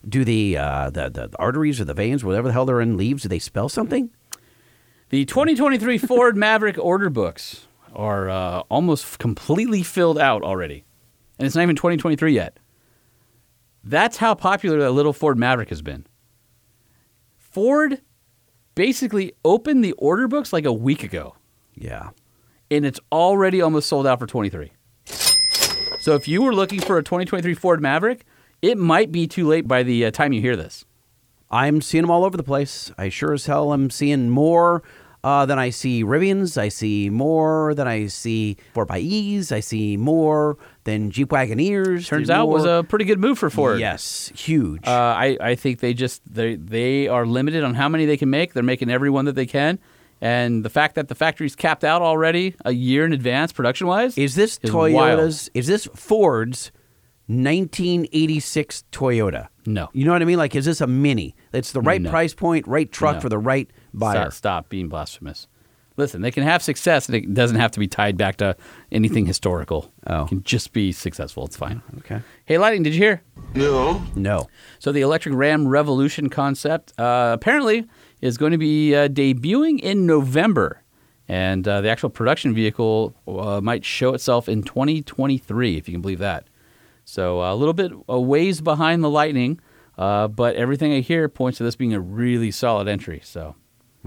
Do the uh, the, the the arteries or the veins, whatever the hell they're in leaves, do they spell something?
The 2023 Ford Maverick order books are uh, almost completely filled out already, and it's not even 2023 yet. That's how popular that little Ford Maverick has been. Ford basically opened the order books like a week ago,
Yeah.
and it's already almost sold out for 23. So if you were looking for a 2023 Ford Maverick, it might be too late by the uh, time you hear this.
I'm seeing them all over the place. I sure as hell am seeing more uh, than I see Rivians. I see more than I see 4xEs. I see more than Jeep Wagoneers.
Turns
There's
out was
more-
a pretty good move for Ford.
Yes, huge.
Uh, I, I think they just they they are limited on how many they can make. They're making every one that they can, and the fact that the factory's capped out already a year in advance production wise
is this Toyota's?
wild.
Is this Ford's 1986 Toyota?
No.
You know what I mean? Like, is this a Mini? It's the right
No.
price point, right truck
No.
for the right buyer.
Stop, stop being blasphemous. Listen, they can have success, and it doesn't have to be tied back to anything historical.
Oh.
It can just be successful. It's fine.
Okay.
Hey, Lightning, did you hear?
No.
So the electric Ram Revolution concept uh, apparently is going to be uh, debuting in November, and uh, the actual production vehicle uh, might show itself in 2023, if you can believe that. So uh, a little bit a ways behind the Lightning, uh, but everything I hear points to this being a really solid entry. So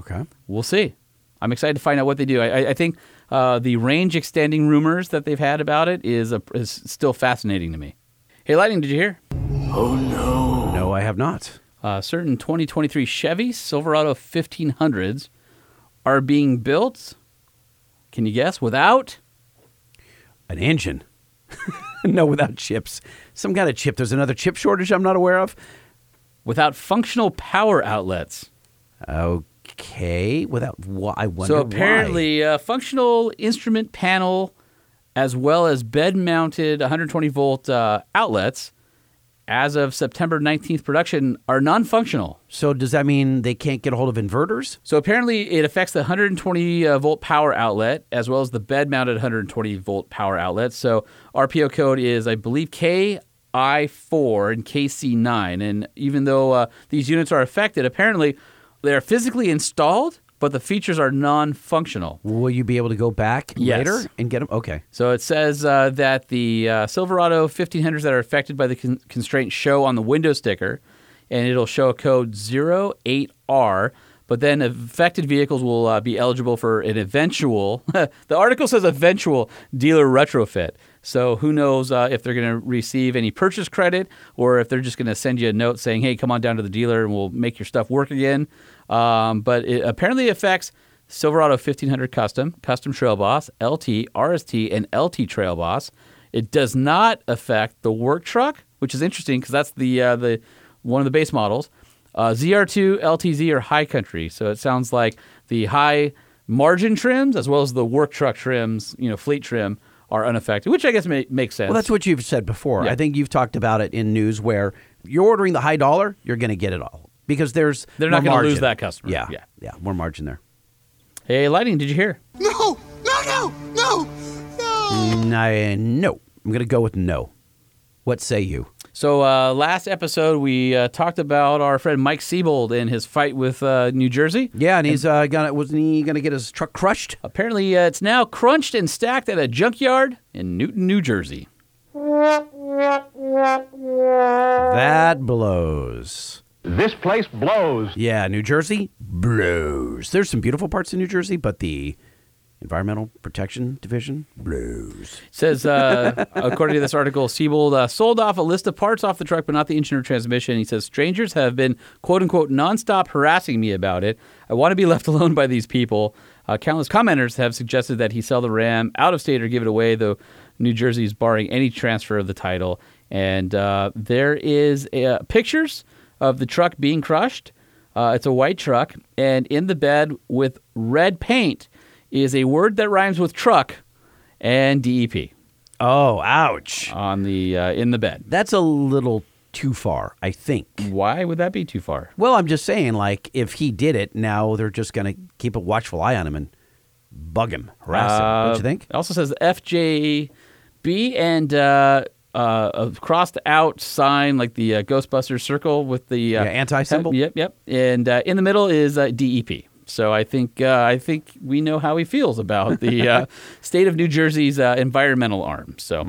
Okay.
we'll see. I'm excited to find out what they do. I, I- I think uh, the range extending rumors that they've had about it is a, is still fascinating to me. Hey, Lightning, did you hear?
No, I have not.
Uh, certain 2023 Chevy Silverado 1500s are being built. Can you guess? Without
An engine. no, without chips. Some kind of chip. There's another chip shortage I'm not aware of.
without functional power outlets.
Okay, without why? I wonder
so apparently, uh, functional instrument panel, as well as bed-mounted 120 volt uh, outlets, as of September 19th production, are non-functional.
why. So does that mean they can't get a hold of inverters?
So apparently, it affects the 120 uh, volt power outlet as well as the bed mounted 120 volt power outlet. So RPO code is, I believe, KI4 and KC9. And even though uh, these units are affected, apparently they are physically installed, but the features are non functional.
Will you be able to go back
Yes.
later and get them? Okay.
So it says uh, that the uh, Silverado 1500s that are affected by the con- constraint show on the window sticker, and it'll show code 08R. But then affected vehicles will uh, be eligible for an eventual, the article says eventual dealer retrofit. So who knows uh, if they're going to receive any purchase credit or if they're just going to send you a note saying, hey, come on down to the dealer and we'll make your stuff work again. Um, but it apparently affects Silverado 1500 Custom, Custom Trail Boss, LT, RST, and LT Trail Boss. It does not affect the work truck, which is interesting because that's the uh, the one of the base models. Uh, ZR2, LTZ, or High Country. So it sounds like the high margin trims as well as the work truck trims, you know, fleet trim are unaffected, which I guess may, makes sense.
Well, that's what you've said before.
Yeah.
I think you've talked about it in news where you're ordering the high dollar, you're going to get it all because there's
They're not
more
gonna lose
margin.
that customer.
Yeah,
Yeah.
yeah, yeah, more margin there.
hey, Lightning, did you hear?
No! No, no, no, no!
Mm, I, no, I'm going to go with no. What say you?
So uh, last episode we uh, talked about our friend Mike Siebold and his fight with uh, New Jersey.
Yeah, and he's uh, gonna wasn't he gonna get his truck crushed?
Apparently, uh, it's now crunched and stacked at a junkyard in Newton, New Jersey.
That blows. This place blows. Yeah, New Jersey blows. There's some beautiful parts of New Jersey, but the Environmental Protection Division blows.
It says, uh, according to this article, Siebold uh, sold off a list of parts off the truck, but not the engine or transmission. He says, Strangers have been, quote unquote, nonstop harassing me about it. I want to be left alone by these people. Uh, countless commenters have suggested that he sell the Ram out of state or give it away, though New Jersey is barring any transfer of the title. And uh, there is uh, pictures of the truck being crushed. Uh, it's a white truck, and in the bed with red paint is a word that rhymes with truck and DEP
Oh, ouch!
on the uh, in the bed.
That's a little too far, I think.
Why would that be too far?
Well, I'm just saying, like, if he did it, now they're just gonna keep a watchful eye on him and bug him, harass him. Don't you
Uh,
think?
It also says FJB and uh, uh, a crossed out sign like the uh, Ghostbusters circle with the uh,
Yeah, anti-symbol?
Yep, yep. And uh, in the middle is uh, DEP. So I think uh, I think we know how he feels about the uh, state of New Jersey's uh, environmental arm. So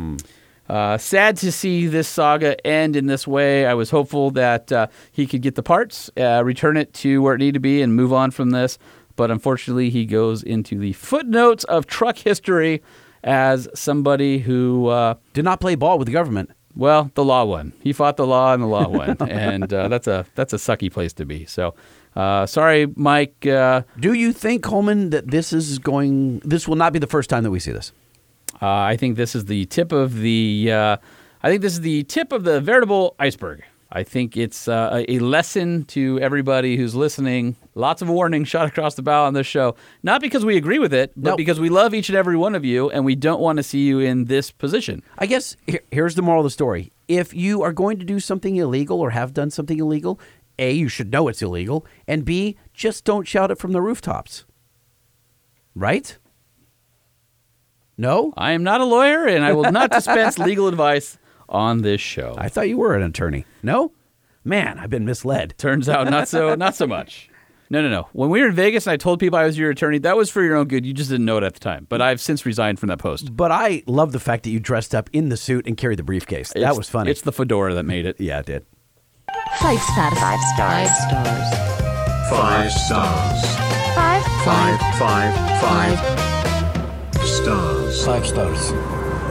uh, sad to see this saga end in this way. I was hopeful that uh, he could get the parts, uh, return it to where it needed to be, and move on from this. But unfortunately, he goes into the footnotes of truck history as somebody who uh,
did not play ball with the government.
Well, the law won. He fought the law, and the law won, and uh, that's a that's a sucky place to be. So, uh, sorry, Mike. Uh,
Do you think Coleman that this is going? This will not be the first time that we see this.
Uh, I think this is the tip of the. Uh, I think this is the tip of the veritable iceberg. I think it's uh, a a lesson to everybody who's listening. Lots of warning shot across the bow on this show, not because we agree with it, but
Nope.
because we love each and every one of you, and we don't want to see you in this position.
I guess here, here's the moral of the story. If you are going to do something illegal or have done something illegal, A, you should know it's illegal, and B, just don't shout it from the rooftops. Right? No?
I am not a lawyer, and I will not dispense legal advice on this show.
I thought you were an attorney. No? Man, I've been misled.
Turns out not so not so much. No, no, no. When we were in Vegas and I told people I was your attorney, that was for your own good. You just didn't know it at the time. But I've since resigned from that post.
But I love the fact that you dressed up in the suit and carried the briefcase. that
It's-
was funny.
It's the fedora that made it.
Yeah, it did.
Five stars. Five stars.
Five stars.
Five.
Five, five, five stars. Five stars.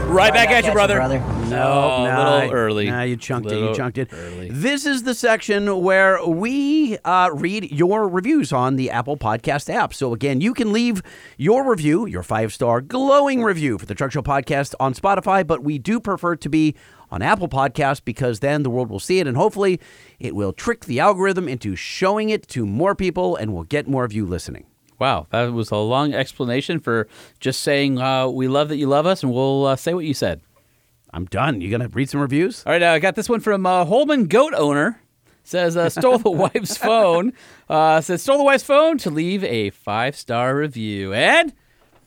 Right back at you, brother. No,
Nah,
Oh, a little early.
Nah, you chunked it. You
Little
chunked it.
early.
This is the section where we uh, read your reviews on the Apple Podcast app. So, again, you can leave your review, your five star glowing review for the Truck Show Podcast on Spotify, but we do prefer it to be on Apple Podcast because then the world will see it and hopefully it will trick the algorithm into showing it to more people and we'll get more of you listening.
Wow, that was a long explanation for just saying uh, we love that you love us, and we'll uh, say what you said.
I'm done. You gonna read some reviews?
All right, uh, I got this one from uh, Holman Goat Owner. Says uh, stole the wife's phone. Uh, says stole the wife's phone to leave a five star review and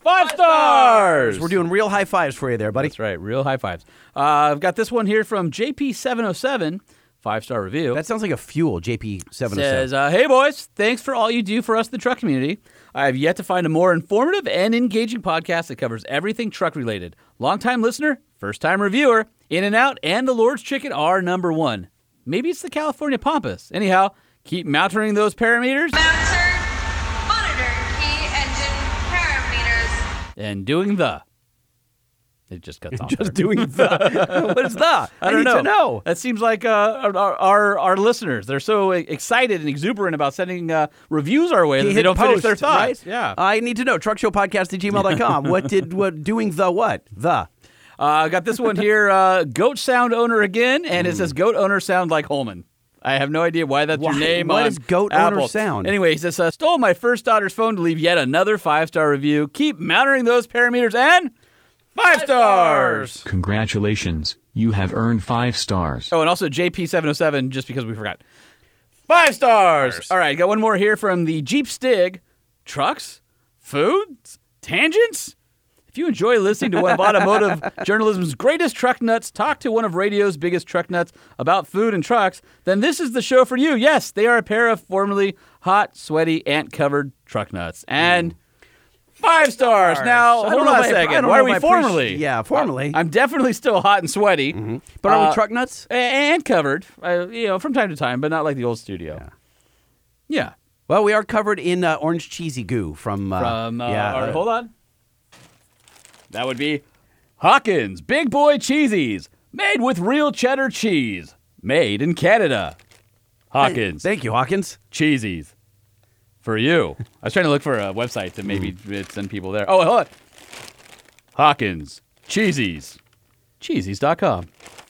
five stars.
We're doing real high fives for you there, buddy.
That's right, real high fives. Uh, I've got this one here from JP707, five star oh review.
That sounds like a fuel, JP707.
Says, uh, hey boys, thanks for all you do for us, the truck community. I have yet to find a more informative and engaging podcast that covers everything truck related. Longtime listener, first time reviewer, In and Out and the Lord's Chicken are number one. Maybe it's the California Pampas. Anyhow, keep mounting those parameters
Monitor key engine parameters.
and doing the. It just cuts off. there.
Just doing the. what is the?
I, don't
need
know.
to know.
That seems like uh, our, our our listeners. They're so e, excited and exuberant about sending uh, reviews our way
He
that
hit
they don't finish their
post,
thoughts. Uh,
right? I need to know. Truckshowpodcast at gmail.com. what did what doing the what? The.
Uh, I got this one here. Uh, goat sound owner again, and
Hmm.
it says goat owner sound like Holman. I have no idea why that's
Why-
your name.
why
on
does goat owner
Apple.
sound?
Anyway, he says uh, stole my first daughter's phone to leave yet another five star review. Keep mounting those parameters and five stars.
Congratulations, you have earned five stars.
Oh, and also JP707, just because we forgot. Five stars. All right, got one more here from the Jeep Stig. Trucks, foods, tangents. If you enjoy listening to one of automotive journalism's greatest truck nuts talk to one of radio's biggest truck nuts about food and trucks, then this is the show for you. Yes, they are a pair of formerly hot, sweaty, ant-covered truck nuts. And five stars. Now,
Mm. I don't
hold
know
on a
if I- I
second.
don't
Why
know
are we
if I appreciate-
formerly?
yeah, formerly. Mm-hmm.
I, am definitely still hot and sweaty.
But are
Uh,
we truck nuts?
a- and covered, uh, you know, from time to time, but not like the old studio. Yeah.
Well, we are covered in uh, orange cheesy goo from. Uh,
From uh,
yeah,
our-
uh,
hold on, that would be Hawkins Big Boy Cheesies, made with real cheddar cheese, made in Canada. Hawkins,
thank you, Hawkins.
Cheesies for you. I was trying to look for a website to maybe
Hmm.
send people there. Oh, hold on, Hawkins Cheesies, cheesies.com.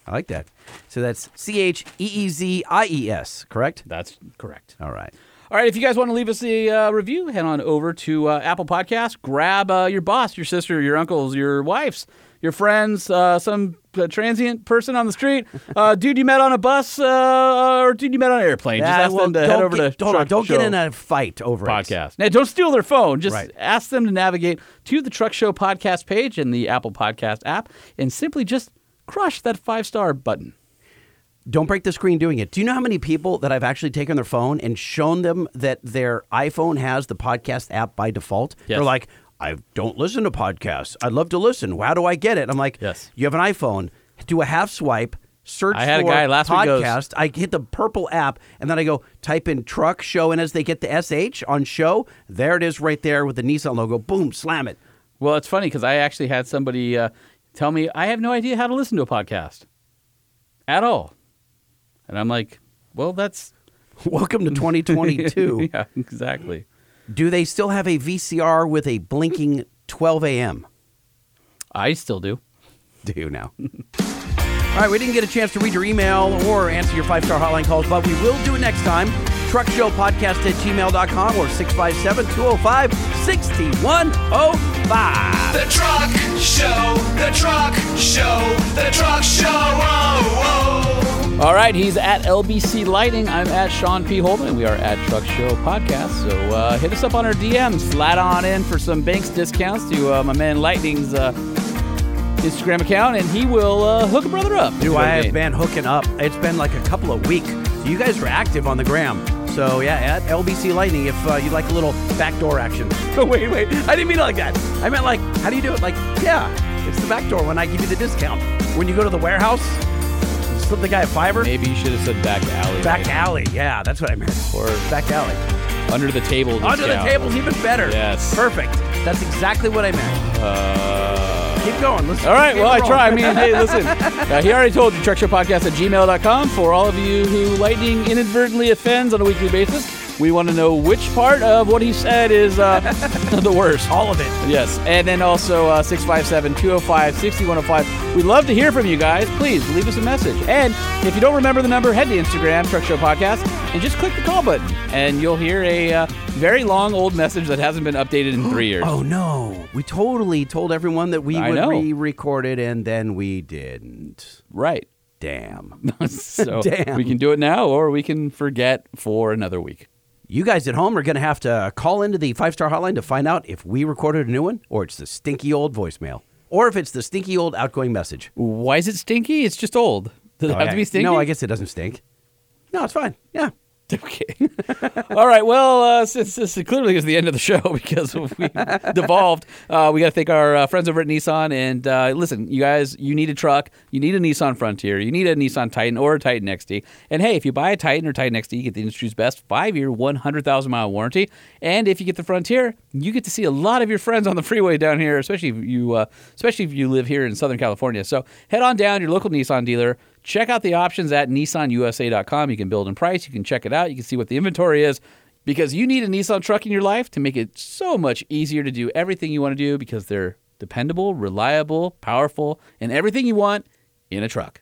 I like that. So that's C H E E Z I E S, correct?
That's correct.
All right.
All right, if you guys want to leave us a uh, review, head on over to uh, Apple Podcasts. Grab uh, your boss, your sister, your uncles, your wives, your friends, uh, some uh, transient person on the street, uh, dude you met on a bus, uh, or dude you met on an airplane. Just
Yeah,
ask
Uh, well,
them to head
don't
over
get-
to
Hold on,
Truck
don't get
Show
in a fight over it.
podcast. Now, don't steal their phone. Just
Right.
ask them to navigate to the Truck Show podcast page in the Apple Podcast app, and simply just crush that five star button.
Don't break the screen doing it. Do you know how many people that I've actually taken their phone and shown them that their iPhone has the podcast app by default? They're like, I don't listen to podcasts. I'd love to listen. How do I get it? I'm like, yes. You have an iPhone. Do a half swipe. Search
I had a
for
guy last week goes-
podcast. I hit the purple app and then I go type in truck show. And as they get the SH on show, there it is right there with the Nissan logo. Boom, slam it.
Well, it's funny because I actually had somebody uh, tell me I have no idea how to listen to a podcast at all, and I'm like, well, that's
welcome to 2022.
yeah, exactly.
Do they still have a VCR with a blinking 12 a.m.?
I still do.
Do you now? All right, we didn't get a chance to read your email or answer your five star hotline calls, but we will do it next time. Truck Show Podcast at gmail.com or 657 205 6105.
The truck show, the truck show, the truck show. Oh, oh.
All right, he's at LBC Lightning. I'm at Sean P. Holden. and We are at Truck Show Podcast. So uh, hit us up on our DMs. Flat on in for some Banks discounts to uh, my man Lightning's uh, Instagram account, and he will uh, hook a brother up.
Do I have
Again.
been hooking up? It's been like a couple of weeks. You guys were active on the gram. So, yeah, at LBC Lightning if uh, you'd like a little backdoor action. wait, wait. I didn't mean it like that. I meant like, how do you do it? Like, yeah, it's the backdoor when I give you the discount. When you go to the warehouse, slip the guy a fiver.
Maybe you should have said back alley.
Back
right?
alley. Yeah, that's what I meant.
Or
back alley.
under the table.
Under the
discount.
table's even better.
Yes.
Perfect. That's exactly what I meant.
Uh,
Keep going. Listen,
All right.
keep
Well, I
rolling.
try. I mean, hey, listen. Uh, he already told you, truckshoppodcast at gmail.com. For all of you who lightning inadvertently offends on a weekly basis, we want to know which part of what he said is uh, the worst.
All of it.
Yes. And then also uh, 657 205 6105. We'd love to hear from you guys. Please leave us a message. And if you don't remember the number, head to Instagram, Truck Show Podcast, and just click the call button. And you'll hear a uh, very long old message that hasn't been updated in three years.
Oh no! We totally told everyone that we
I
would
know.
re-record it, and then we didn't.
Right.
Damn.
so
Damn.
we can do it now or we can forget for another week.
You guys at home are going to have to call into the five star hotline to find out if we recorded a new one, or it's the stinky old voicemail, or if it's the stinky old outgoing message.
Why is it stinky? It's just old. Does it have to
Okay.
be stinky?
Oh, No, I guess it doesn't stink. No, it's fine. Yeah.
Okay. All right. Well, uh, since this clearly is the end of the show because we devolved, uh, we got to thank our uh, friends over at Nissan. And uh, listen, you guys, you need a truck. You need a Nissan Frontier. You need a Nissan Titan or a Titan XD. And hey, if you buy a Titan or Titan XD, you get the industry's best five year, 100,000 mile warranty. And if you get the Frontier, you get to see a lot of your friends on the freeway down here, especially if you, uh, especially if you live here in Southern California. So head on down to your local Nissan dealer. Check out the options at nissanusa.com. You can build in price, you can check it out, you can see what the inventory is because you need a Nissan truck in your life to make it so much easier to do everything you want to do because they're dependable, reliable, powerful, and everything you want in a truck.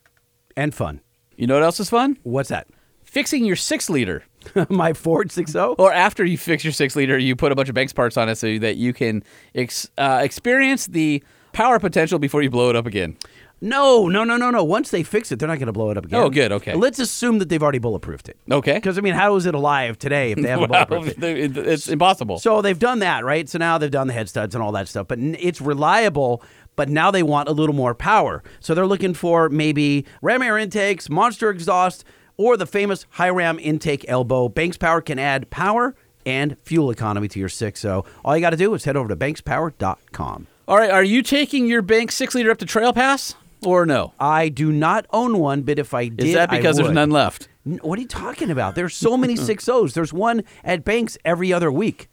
And fun.
You know what else is fun?
What's that?
Fixing your 6 liter.
My Ford oh? 60?
Or after you fix your six liter, you put a bunch of Banks parts on it so that you can ex- uh, experience the power potential before you blow it up again.
No, no, no, no, no. Once they fix it, they're not going to blow it up again.
Oh, good, okay.
Let's assume that they've already bulletproofed it.
Okay.
Because I mean, how is it alive today if they haven't
Well,
bulletproofed it?
it- it's impossible.
So they've done that, right? So now they've done the head studs and all that stuff, but n- it's reliable. But now they want a little more power, so they're looking for maybe ram air intakes, monster exhaust, or the famous high ram intake elbow. Banks Power can add power and fuel economy to your six. So all you got to do is head over to bankspower.com.
All right, are you taking your bank six liter up to Trail Pass or no?
I do not own one, but if I did,
Is that
I
because there's
would.
none left?
N- What are you talking about? There's so many 6-0s. There's one at Banks every other week.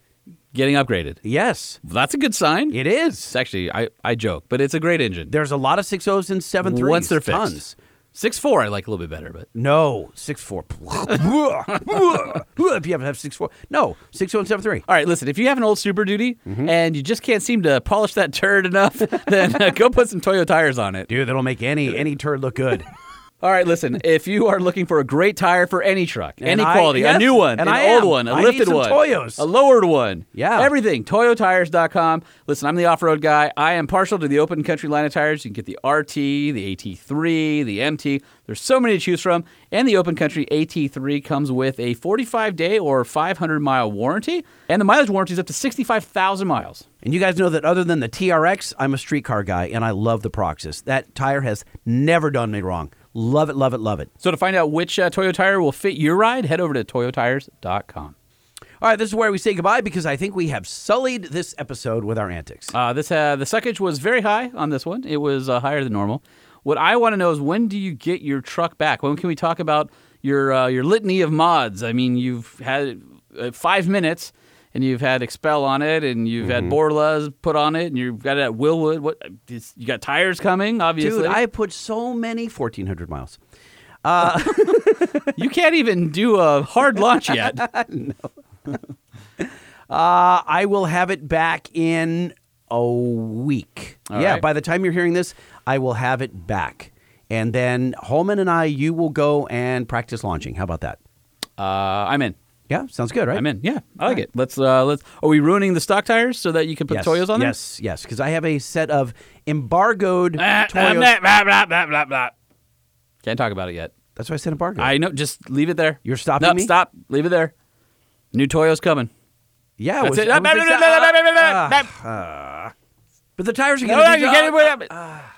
Getting upgraded.
Yes.
That's a good sign.
It is.
It's actually, I, I joke, but it's a great engine.
There's a lot of 6-0s and 7-3s.
Once they're fixed.
Tons.
Six four, I like a little bit better, but
No, 6-4. if you haven't have 6-4. No, 6-0 and 7-3.
all right. Listen, if you have an old Super Duty and you just can't seem to polish that turd enough, then uh, go put some Toyo tires on it.
Dude, that'll make any any turd look good.
All right, listen, if you are looking for a great tire for any truck,
And
any
I-
quality,
yes,
a new one,
and
an
I
old
am.
one, a
I need
lifted
some
one,
Toyos.
a lowered one,
Yeah.
everything, toyotires.com. Listen, I'm the off-road guy. I am partial to the open country line of tires. You can get the RT, the AT3, the MT. There's so many to choose from, and the open country AT3 comes with a 45-day or 500-mile warranty, and the mileage warranty is up to 65,000 miles.
And you guys know that other than the TRX, I'm a street car guy and I love the Proxis. That tire has never done me wrong. Love it, love it, love it.
So to find out which uh, Toyo tire will fit your ride, head over to toyotires.com.
All right, this is where we say goodbye because I think we have sullied this episode with our antics.
Uh, this uh, the suckage was very high on this one. It was uh, higher than normal. What I want to know is when do you get your truck back? When can we talk about your uh, your litany of mods? I mean, you've had uh, five minutes, and you've had expel on it, and you've
Mhm.
had Borlas put on it, and you've got it at Willwood. What it's- you got tires coming? Obviously,
Dude, I put so many 1,400 miles. Uh,
you can't even do a hard launch yet.
no. uh, I will have it back in a week.
All
yeah,
right.
by the time you're hearing this, I will have it back. And then Holman and I, you will go and practice launching. How about that?
Uh, I'm in.
Yeah, sounds good, right?
I'm in. Yeah, I like it. Let's uh, let's. Are we ruining the stock tires so that you can put
yes,
Toyos on them?
Yes, yes, because I have a set of embargoed
Uh, Ah,
Toyos.
Can't talk about it yet.
That's why I said embargo.
I know. Just leave it there. You're
stopping
no,
me?
Stop. Leave it there. New Toyo's coming.
yeah,
That's
was,
it.
I was exa- Ah. but the tires are
No,
going
no,
be
you can't even put it Oh, up.
ah.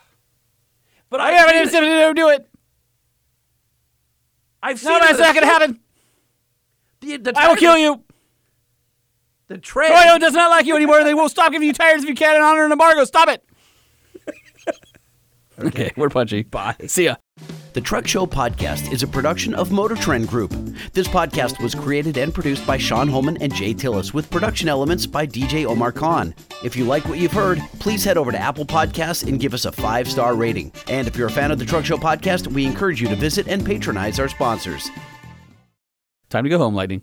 But
I haven't even said do it.
I've
No, that's not going to happen.
The, the
I will
tires-
kill you.
The train.
Toyo does not like you anymore. and They will stop giving you tires if you can in honor and embargo. Stop it. okay, we're punchy. Bye. See ya.
The Truck Show Podcast is a production of Motor Trend Group. This podcast was created and produced by Sean Holman and Jay Tillis, with production elements by DJ Omar Khan. If you like what you've heard, please head over to Apple Podcasts and give us a five star rating. And if you're a fan of the Truck Show Podcast, we encourage you to visit and patronize our sponsors.
Time to go home, Lightning.